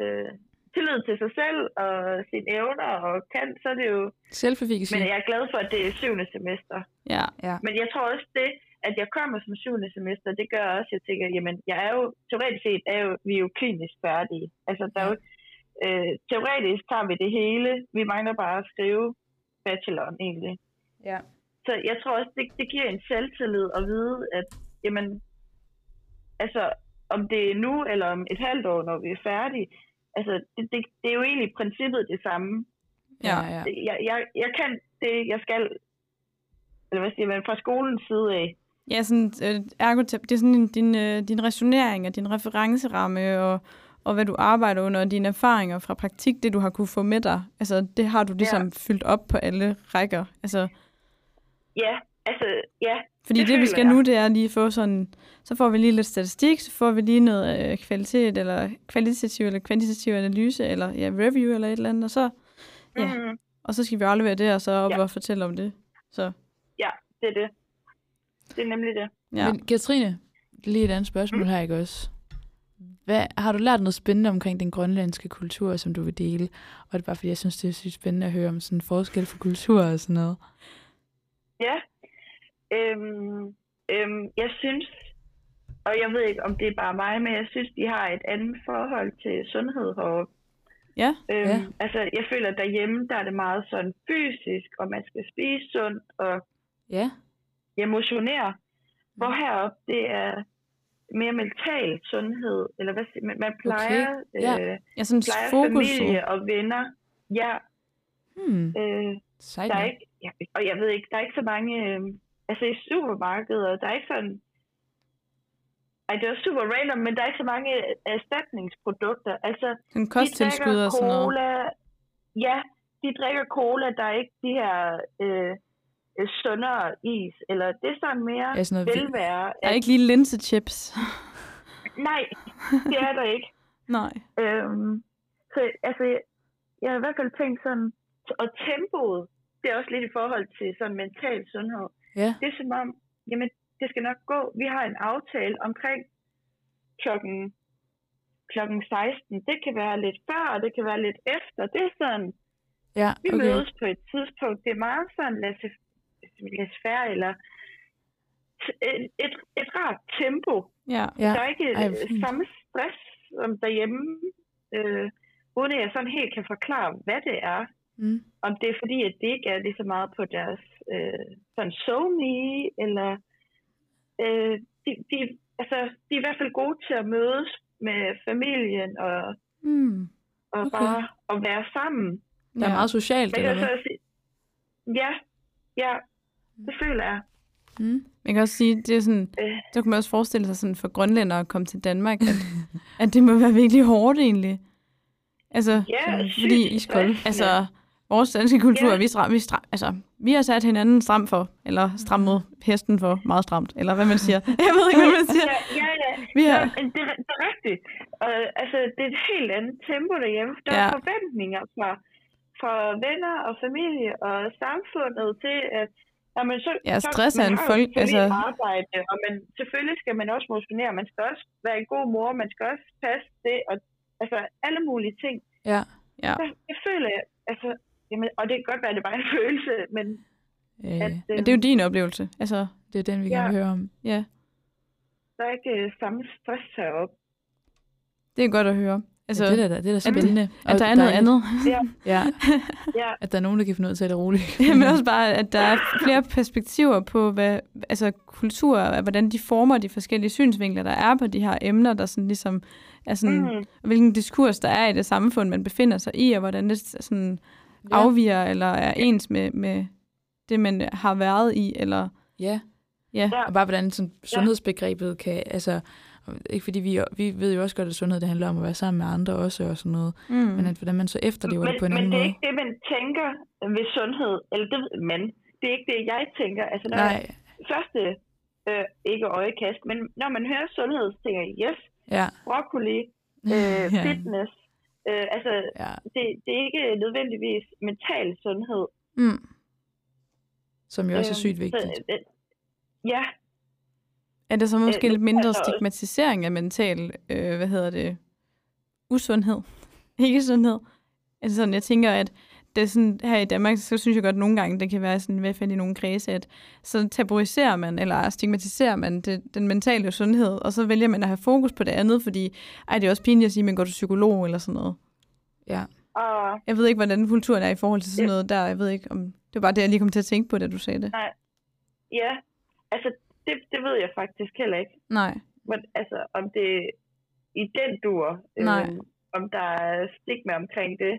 C: ja. øh, tillid til sig selv og sine evner og kan, så er det jo...
A: Selvforvikelse.
C: Men jeg er glad for, at det er syvende semester.
B: Ja.
C: Men jeg tror også det, at jeg kommer som syvende semester, det gør også, at jeg tænker, jamen, jeg er jo, teoretisk set, er jo, vi er jo klinisk færdige. Altså, der er jo, øh, teoretisk tager vi det hele, vi mangler bare at skrive bacheloren egentlig.
D: Ja.
C: Så jeg tror også, det, det giver en selvtillid at vide, at jamen, altså, om det er nu eller om et halvt år, når vi er færdige, altså, det, det, det er jo egentlig i princippet det samme.
A: Ja, ja.
C: Jeg, jeg, jeg kan det, jeg skal, eller hvad siger man, fra skolens side af.
B: Ja, sådan, øh, ergoterapi, det er sådan din, din, øh, din resonering og din referenceramme og, og hvad du arbejder under og dine erfaringer fra praktik, det du har kunne få med dig. Altså, det har du ligesom ja. fyldt op på alle rækker. Altså,
C: Ja, altså, ja.
B: fordi det, det vi
C: føler
B: skal
C: jeg.
B: nu, det er lige få sådan, så får vi lige lidt statistik, så får vi lige noget øh, kvalitet eller kvalitativ eller kvantitativ analyse eller ja, review eller et eller andet, og så, ja.
C: Mm,
B: og så skal vi aflevere det og så op
C: Ja.
B: ja. og fortælle om det. Så
C: ja, det er det. Det er nemlig det.
B: ja.
A: Men Katrine, lige et andet spørgsmål mm. her, ikke også? Hvad, har du lært noget spændende omkring den grønlandske kultur, som du vil dele? Og det er bare fordi, jeg synes, det er sygt spændende at høre om sådan forskel for kultur og sådan noget.
C: Ja. Øhm, øhm, jeg synes, og jeg ved ikke, om det er bare mig, men jeg synes, de har et andet forhold til sundhed heroppe.
B: Ja.
C: Øhm,
A: Ja.
C: ja. Altså, jeg føler, at derhjemme, der er det meget sådan fysisk, og man skal spise sundt, og
A: Ja.
C: jeg motionerer.
B: Mm.
C: Hvor heroppe, det er mere mental sundhed, eller hvad siger man, man plejer,
A: Okay, ja.
C: øh,
B: ja sådan
C: plejer
B: fokus.
C: familie og venner. Ja,
A: Hmm.
C: øh,
A: Sejt.
C: der er
A: nok.
C: ikke, jeg, og jeg ved ikke, der er ikke så mange, øh, altså i supermarkeder, der er ikke sådan, ej, det er også super random, men der er ikke så mange øh, erstatningsprodukter. Altså,
B: Sådan
C: de
B: kosttilskud
C: drikker
B: og sådan noget.
C: cola, ja, de drikker cola, der er ikke de her øh, øh, sundere is, eller det er sådan mere
A: Ja, sådan noget vi-
C: velvære.
B: Der er
C: at-
B: ikke lige linsechips.
C: Nej, det er der ikke.
B: Nej.
C: Øhm, så altså, jeg, jeg har i hvert fald tænkt sådan, og tempoet, det er også lidt i forhold til sådan mental sundhed.
A: Ja.
C: Det er som om, jamen, det skal nok gå. Vi har en aftale omkring klokken, klokken 16. Det kan være lidt før, og det kan være lidt efter. Det er sådan,
A: Ja,
C: vi okay.
A: okay.
C: mødes på et tidspunkt. Det er meget sådan, lad os færre, eller t- et, et, et rart tempo.
B: Ja.
A: Ja.
C: Der er ikke
A: Ej,
C: Ej,
A: hvor fint.
C: samme stress som derhjemme, øh, uden at jeg sådan helt kan forklare, hvad det er.
A: Mm.
C: Om det er fordi, at det ikke er lige så meget på deres øh, sådan SoMe, eller øh, de, de, altså, de er i hvert fald gode til at mødes med familien og,
B: Mm.
C: og
A: Okay.
C: okay. bare at være sammen.
A: Der er
B: ja.
A: meget socialt,
C: Men jeg
A: eller
C: kan så
A: hvad?
C: også sige, ja, ja, det føler jeg.
A: Mm.
B: Man kan også sige, det er sådan,
C: Øh.
B: så kan man også forestille sig sådan for grønlændere at komme til Danmark, at, at det må være virkelig hårdt egentlig. Altså,
C: Ja, sygt
B: fordi
C: stressende.
B: altså, vores danske kultur,
C: Ja.
B: vi, stram, vi, stram, altså, vi har sat hinanden stram for, eller strammet hesten for meget stramt, eller hvad man siger. Jeg ved ikke, hvad man siger.
C: Ja, ja, ja.
B: Vi
C: Ja.
B: har,
C: Det, er- det er rigtigt. Og, altså, det er et helt andet tempo derhjemme. Der er
B: Ja.
C: forventninger fra, fra venner og familie og samfundet til, at når man så,
B: Ja,
C: så-
B: stress er
C: man
B: en
C: har jo
B: folk- altså-
C: familiearbejde, og man, selvfølgelig skal man også motionere, man skal også være en god mor, man skal også passe det, og altså alle mulige ting.
A: Ja.
B: ja.
C: Så, jeg føler, jeg, altså, jamen, og det kan godt være, det er bare en følelse, men
A: Øh,
C: at, øh,
B: Men det er jo din oplevelse. Altså,
A: det er den, vi gerne vil høre om.
B: ja.
C: der er ikke øh, samme stress heroppe.
B: Det er godt at høre. Altså,
A: Altså, ja, det er da, det er da
B: at-
A: spændende.
B: at
A: Og
B: der er noget
A: dejligt.
B: andet.
A: Ja,
C: Ja,
A: at der er nogen, der kan finde ud af at tage det roligt.
B: Ja, men også bare, at der er flere perspektiver på, hvad, altså kultur, og hvordan de former de forskellige synsvinkler, der er på de her emner, der sådan ligesom er sådan, mm.
C: mm,
B: hvilken diskurs der er i det samfund, man befinder sig i, og hvordan det sådan
A: Ja.
B: afviger eller er ens med, med det, man har været i, eller
A: Ja.
B: Ja.
C: Ja.
A: Og bare hvordan sådan, sundhedsbegrebet kan, altså, ikke fordi vi, vi ved jo også godt, at sundhed det handler om at være sammen med andre også og sådan noget,
B: mm.
A: mm. men at, hvordan man så efterlever det på en
C: men
A: anden
C: det er
A: måde.
C: ikke det, man tænker ved sundhed. Eller det ved man. Det er ikke det, jeg tænker. Altså, når
A: Nej,
C: Jeg, første, øh, ikke øjekast, men når man hører sundhed, så tænker jeg, yes,
A: ja.
C: broccoli, øh,
A: Ja.
C: fitness. Øh, altså,
A: ja.
C: det, det er ikke nødvendigvis mental sundhed.
B: Mm.
A: Som jo også er
C: Øhm,
A: sygt vigtigt.
C: Så, øh, ja,
B: Er der så måske
C: Øh,
B: lidt mindre
C: altså også-
B: stigmatisering af mental, øh, hvad hedder det, usundhed? Ikke sundhed. Altså sådan, jeg tænker, at det er sådan, her i Danmark, så synes jeg godt nogle gange, det kan være sådan, i hvert fald i nogle kredse, at så tabuiserer man, eller stigmatiserer man det, den mentale sundhed, og så vælger man at have fokus på det andet, fordi, ej, det er også pinligt at sige, at man går til psykolog, eller sådan noget.
A: Ja.
C: Og
B: Jeg ved ikke, hvordan kulturen er i forhold til sådan
C: Ja.
B: noget der. Jeg ved ikke, om... Det var bare det, jeg lige kom til at tænke på, da du sagde det.
C: ja, altså det, det ved jeg faktisk heller ikke.
B: Nej.
C: Men, altså om det i den dur, øhm,
B: Nej.
C: om der er stigma omkring det.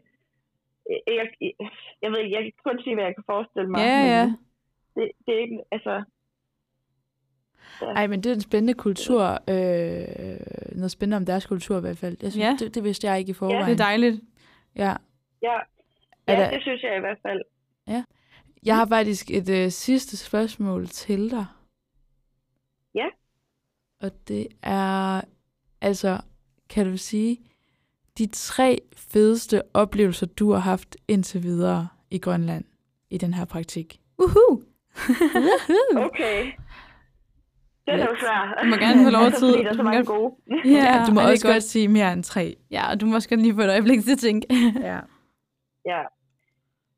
C: Øh, Jeg, jeg, jeg ved ikke, jeg kan kun sige, hvad jeg kan forestille mig.
B: Ja,
C: men
B: ja.
C: Det, det er ikke, altså,
A: Ej, men det er en spændende kultur. Øh, noget spændende om deres kultur i hvert fald. Jeg synes,
B: Ja.
A: ja. det, det vidste jeg ikke i forvejen.
B: Det er dejligt.
A: Ja.
C: ja,
A: Er
C: ja
A: der-
C: det synes jeg i hvert fald.
A: Jeg har faktisk et øh, sidste spørgsmål til dig.
C: Ja.
A: Og det er, altså, kan du sige, de tre fedeste oplevelser, du har haft indtil videre i Grønland i den her praktik?
B: Uhu!
C: Okay. Den er jo
B: Hmm.
C: svær. Altså,
B: Du må gerne få lov til-
C: Fordi der er
B: du må
C: så mange
B: gerne-
C: gode.
B: Ja,
A: du må
B: ej, det er
A: også godt sige mere end tre.
B: Ja, og du må også godt lige få et øjeblik til at tænke.
A: Ja.
C: Ja.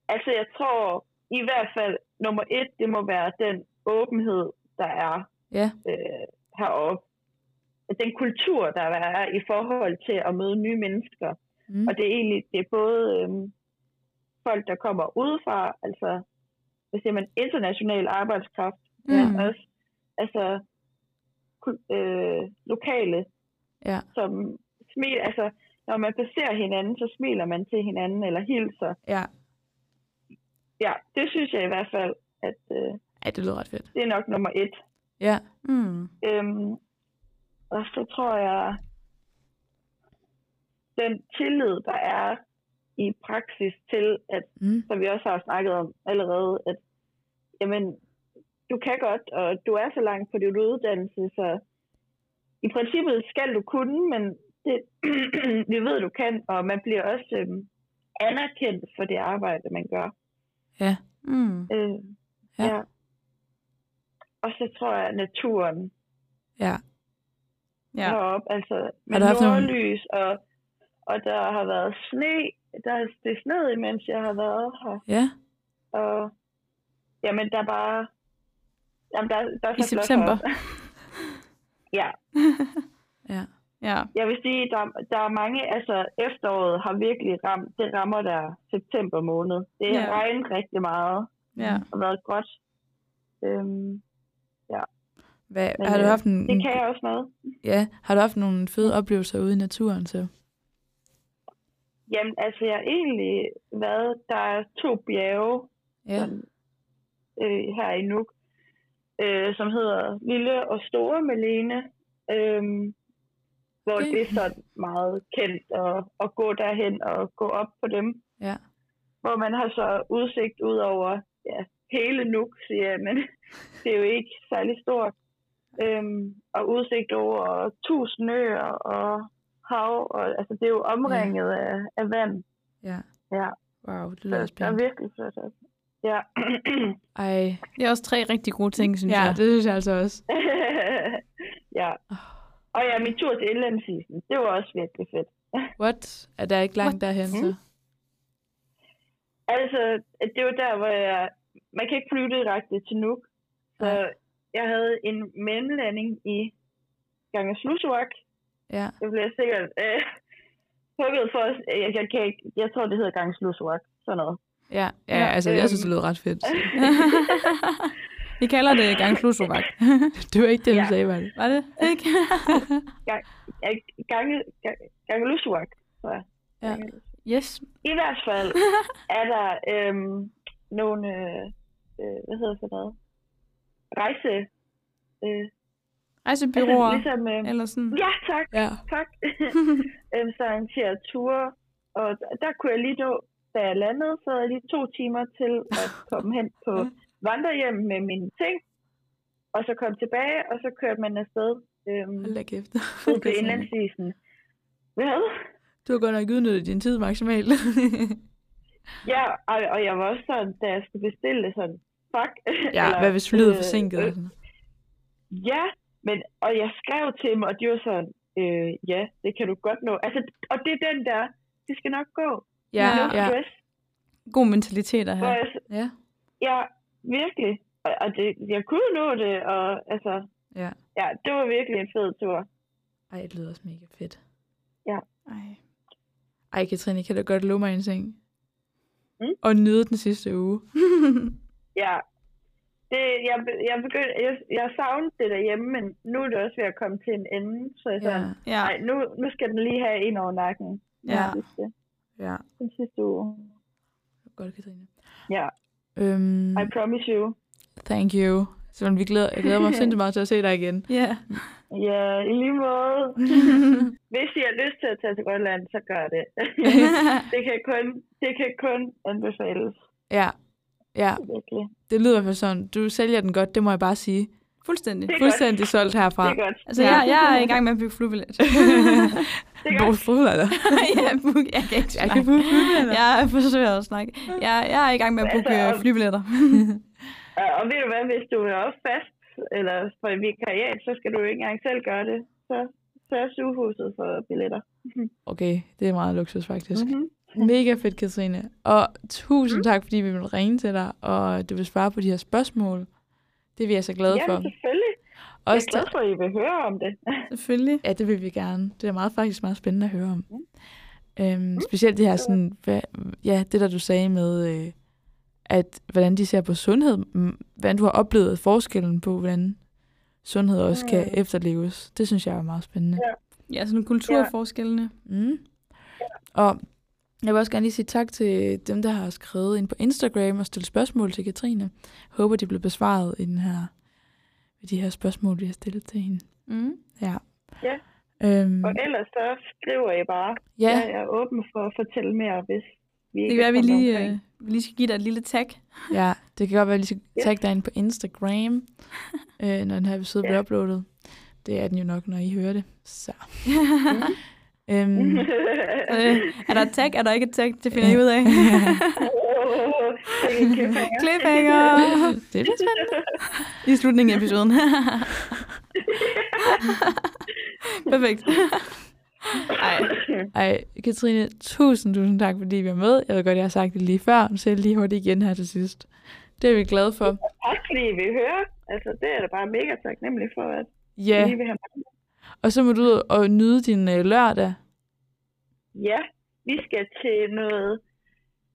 C: Altså, jeg tror i hvert fald, nummer et, det må være den åbenhed, der er
A: Ja.
C: øh, heroppe. Den kultur, der er i forhold til at møde nye mennesker.
A: Mm.
C: Og det er egentlig det er både øhm, folk, der kommer udefra, altså hvad siger man, international arbejdskraft, mm. men
A: Mm.
C: også altså, kul- øh, lokale,
A: Ja.
C: som smil, altså når man passerer hinanden, så smiler man til hinanden eller hilser.
A: ja.
C: Ja, det synes jeg i hvert fald, at øh,
A: Ej, det lyder ret fedt.
C: det er nok nummer et.
A: Ja.
B: Mm.
C: Øhm, og så tror jeg, den tillid, der er i praksis til, at
A: Mm.
C: som vi også har snakket om allerede, at jamen, du kan godt, og du er så langt på din uddannelse, så i princippet skal du kunne, men det, vi ved, du kan, og man bliver også øhm, anerkendt for det arbejde, man gør.
B: Mm.
C: Øh,
A: Ja.
C: ja. ja. Og så tror jeg, at naturen
A: Ja.
C: ja.
B: Ja.
C: heroppe, altså med
A: du haft nogle-
C: nordlys, og, og der har været sne, der er det er sneet, imens jeg har været her,
A: Ja.
C: og jamen, der er bare, jamen, der, der er
B: I
C: så flot
B: september.
C: heroppe. ja,
A: Ja.
B: Ja.
C: jeg vil sige, der, der er mange, altså efteråret har virkelig ramt, det rammer der september måned. Det har
B: Ja.
C: regnet rigtig meget,
B: Ja.
C: og været godt. Øhm,
A: Hvad,
C: Men,
A: har du
C: øh,
A: haft en,
C: det kan jeg også med.
A: ja, har du haft nogle fede oplevelser ude i naturen så?
C: Jamen, altså, jeg har egentlig været, der er to bjerge
A: Ja.
C: Sådan. øh, her i Nuuk, øh, som hedder Lille og Store Malene, øh, hvor
A: Det-
C: det er sådan meget kendt at, at gå derhen og gå op på dem.
A: Ja.
C: Hvor man har så udsigt ud over ja, hele Nuuk, siger jeg, men det er jo ikke særlig stort. Øhm, og udsigt over tusind øer og hav, og, altså det er jo omringet ja. af, af vand.
A: Ja.
C: Ja.
A: Wow, det lyder
C: Så der er
A: spændende.
C: virkelig flot. op. Ja.
A: Ej,
B: Det er også tre rigtig gode ting, synes
A: ja,
B: jeg.
A: det synes jeg altså også.
C: ja. Og ja, min tur til indlandsisen, det var også virkelig fedt.
A: What? Er der ikke langt derhen? Så?
C: Mm. Altså, det var der, hvor jeg... Man kan ikke flyve direkte til Nuuk. Så
A: Nej.
C: jeg havde en mellemlanding i Gangeslusuak.
A: Ja.
C: Det blev jeg sikkert øh, hugget for os. Jeg, jeg, kan ikke, jeg tror, det hedder Gangeslusuak. Sådan noget.
A: Ja, ja,
B: Ja,
A: altså jeg synes, det lyder ret fedt.
B: Vi kalder det gang Slusovak.
A: Det var ikke det, du
C: Ja.
A: sagde, var det?
B: Var det? Ikke?
C: Ja, Gange, Gange- Gangeslusuak.
A: Ja.
B: yes.
C: I hvert fald er der øhm, nogle, øh, øh, hvad hedder sådan noget, rejse... Øh,
B: Rejsebyråer.
C: altså, ligesom, øh,
B: Eller sådan.
C: ja, tak,
A: Ja.
C: tak. øhm, så arrangerer jeg ture, og der, der kunne jeg lige nå, da jeg landede, så havde jeg lige to timer til at komme hen på vandrehjem med mine ting, og så kom tilbage, og så kørte man afsted øhm,
A: Hold da kæft.
C: ud på indlandsisen. Hvad?
A: Du har godt nok udnyttet din tid maksimalt.
C: Ja, og, og jeg var også sådan, da jeg skulle bestille det, sådan, fuck.
A: ja,
C: Eller,
A: hvad hvis flyet er
C: øh,
A: forsinket?
C: øh,
A: og sådan noget?
C: Ja, men, og jeg skrev til dem, og de var sådan, øh, ja, det kan du godt nå. Altså, og det er den der, det skal nok gå.
A: Ja,
C: no
A: ja.
C: stress.
B: God mentalitet at
C: Hvor
B: have.
C: jeg,
A: Ja.
C: ja, virkelig. Og, og det, jeg kunne nå det, og altså,
A: Ja.
C: ja, det var virkelig en fed tur.
A: Ej, det lyder også mega fedt.
B: Ej.
A: Ej, Katrine, kan du godt love mig en ting?
C: Mm?
A: Og nyde den sidste uge.
C: Ja. Det, jeg, be- jeg, begyndte, jeg, jeg savnede det derhjemme, men nu er det også ved at komme til en ende. Så jeg ja. sådan,
B: Ja,
C: nej, nu, nu skal den lige have en over nakken.
B: Ja.
C: Den sidste,
A: ja.
C: den sidste uge.
A: Godt, Katrine.
C: Ja.
A: Øhm,
C: I promise you.
A: thank you. Så vi glæder, jeg glæder mig sindssygt meget til at se dig igen.
B: ja.
C: Ja, i lige måde. Hvis I har lyst til at tage til Grønland, så gør det. det, kan kun, det kan kun anbefales.
A: Ja, ja.
C: Virkelig.
A: Det lyder i hvert fald sådan. Du sælger den godt, det må jeg bare sige.
B: Fuldstændig.
C: Det er godt.
A: Fuldstændig solgt herfra.
C: Det er godt.
B: Altså,
A: Ja.
B: jeg, jeg er i gang med at bygge flybillet.
C: Det er
A: Hvor
C: godt.
A: fodler der?
B: jeg, book, jeg kan ikke
A: Jeg kan
B: snakke.
A: booke flyvelander.
B: Jeg forsøger at snakke. Jeg, jeg er i gang med at booke
C: Altså,
B: øh,
C: om-
B: flybilletter.
C: Og- Og ved du hvad, hvis du er også fast eller på et vikariat, så skal du jo ikke engang selv gøre det. Så sørg sugehuset for billetter.
A: Okay, det er meget luksus faktisk.
C: Mm-hmm.
A: Mega fedt, Katrine. Og tusind tak, fordi vi ville ringe til dig, og du vil svare på de her spørgsmål. Det er vi altså glade for.
C: Jamen selvfølgelig. Jeg
A: Også
C: er glad for, at I vil høre om det.
B: Mm. Selvfølgelig.
A: Ja, det vil vi gerne. Det er meget faktisk meget spændende at høre om. Øhm, specielt det her sådan, hvad, ja, det der du sagde med, øh, at hvordan de ser på sundhed, m, hvordan du har oplevet forskellen på, hvordan sundhed også kan
C: Mm.
A: efterleves. Det synes jeg er meget spændende.
B: Ja, sådan kulturforskellene.
A: Mm. Og jeg vil også gerne lige sige tak til dem, der har skrevet ind på Instagram og stillet spørgsmål til Katrine. Håber, de blev besvaret i den her, i de her spørgsmål, vi har stillet til hende.
B: Mm.
A: Ja.
C: Ja.
A: Øhm,
C: Og ellers så skriver I bare.
A: ja.
C: Jeg er åben for at fortælle mere, hvis vi
B: Det
C: ikke
B: kan være,
C: er
B: vi
C: kommet
B: lige,
C: omkring.
B: øh, vi lige skal give dig et lille tag.
A: Ja, det kan godt være, at jeg lige skal
C: Ja.
A: tagge dig ind på Instagram, øh, når den her episode
C: Ja.
A: bliver uploadet. Det er den jo nok, når I hører det. Så.
C: Mhm.
A: øhm,
B: Øh, er der et tag? Er der ikke et tag? Det finder I ud af.
C: Åh, det er en cliffhanger.
B: Cliffhanger!
A: det er lidt spændende.
B: I slutningen af episoden. Perfekt. Ej,
A: Ej, Katrine, tusind, tusind tak, fordi vi er med. Jeg ved godt, jeg har sagt det lige før, men så er det lige hurtigt igen her til sidst. Det er vi glade for.
C: Tak fordi I vil høre. Altså, det er da bare mega taknemmelig for, at
A: Ja,
C: I vil have mig.
A: og så må du ud og nyde din øh, lørdag.
C: Ja, vi skal til noget,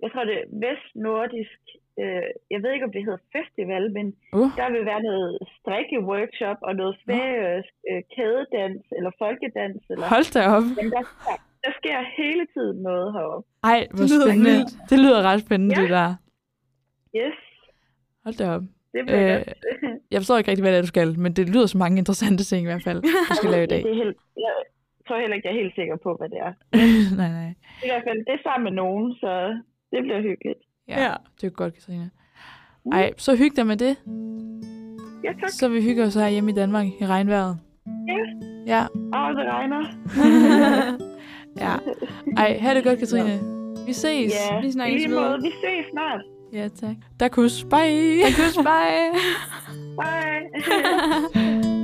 C: jeg tror det er vestnordisk, øh, jeg ved ikke om det hedder festival, men
A: Uh,
C: der vil være noget strikkeworkshop og noget færøsk øh, kædedans eller folkedans. Eller,
A: hold da op.
C: men der, der, der sker hele tiden noget heroppe.
A: Ej, hvor
B: Det lyder
A: spændende.
B: vildt.
A: Det lyder ret spændende,
C: Ja.
A: det der.
C: Yes,
A: Hold da op.
C: det bliver
A: Øh,
C: øh, godt.
A: Jeg forstår ikke rigtig, hvad det er, du skal, men det lyder som mange interessante ting i hvert fald, du skal lave i dag.
C: Det er helt, jeg tror heller ikke, jeg er helt sikker på, hvad det er.
A: nej, nej.
C: I hvert fald, det er sammen med nogen, så det bliver hyggeligt.
A: Ja,
B: Ja.
A: ja. det er godt, Katrine. Ej, så hyg dig med det.
C: Ja, tak.
A: Så vi hygger os her hjemme i Danmark i regnvejret.
C: Ja.
A: Ja,
C: Åh, det regner.
A: ja. Ej, have det godt, Katrine. Vi ses.
C: Ja,
B: vi snakkes
C: i lige
B: videre.
C: måde. Vi ses snart.
A: Ja, tak. Der kus. Bye.
B: kus, bye!
C: Bye.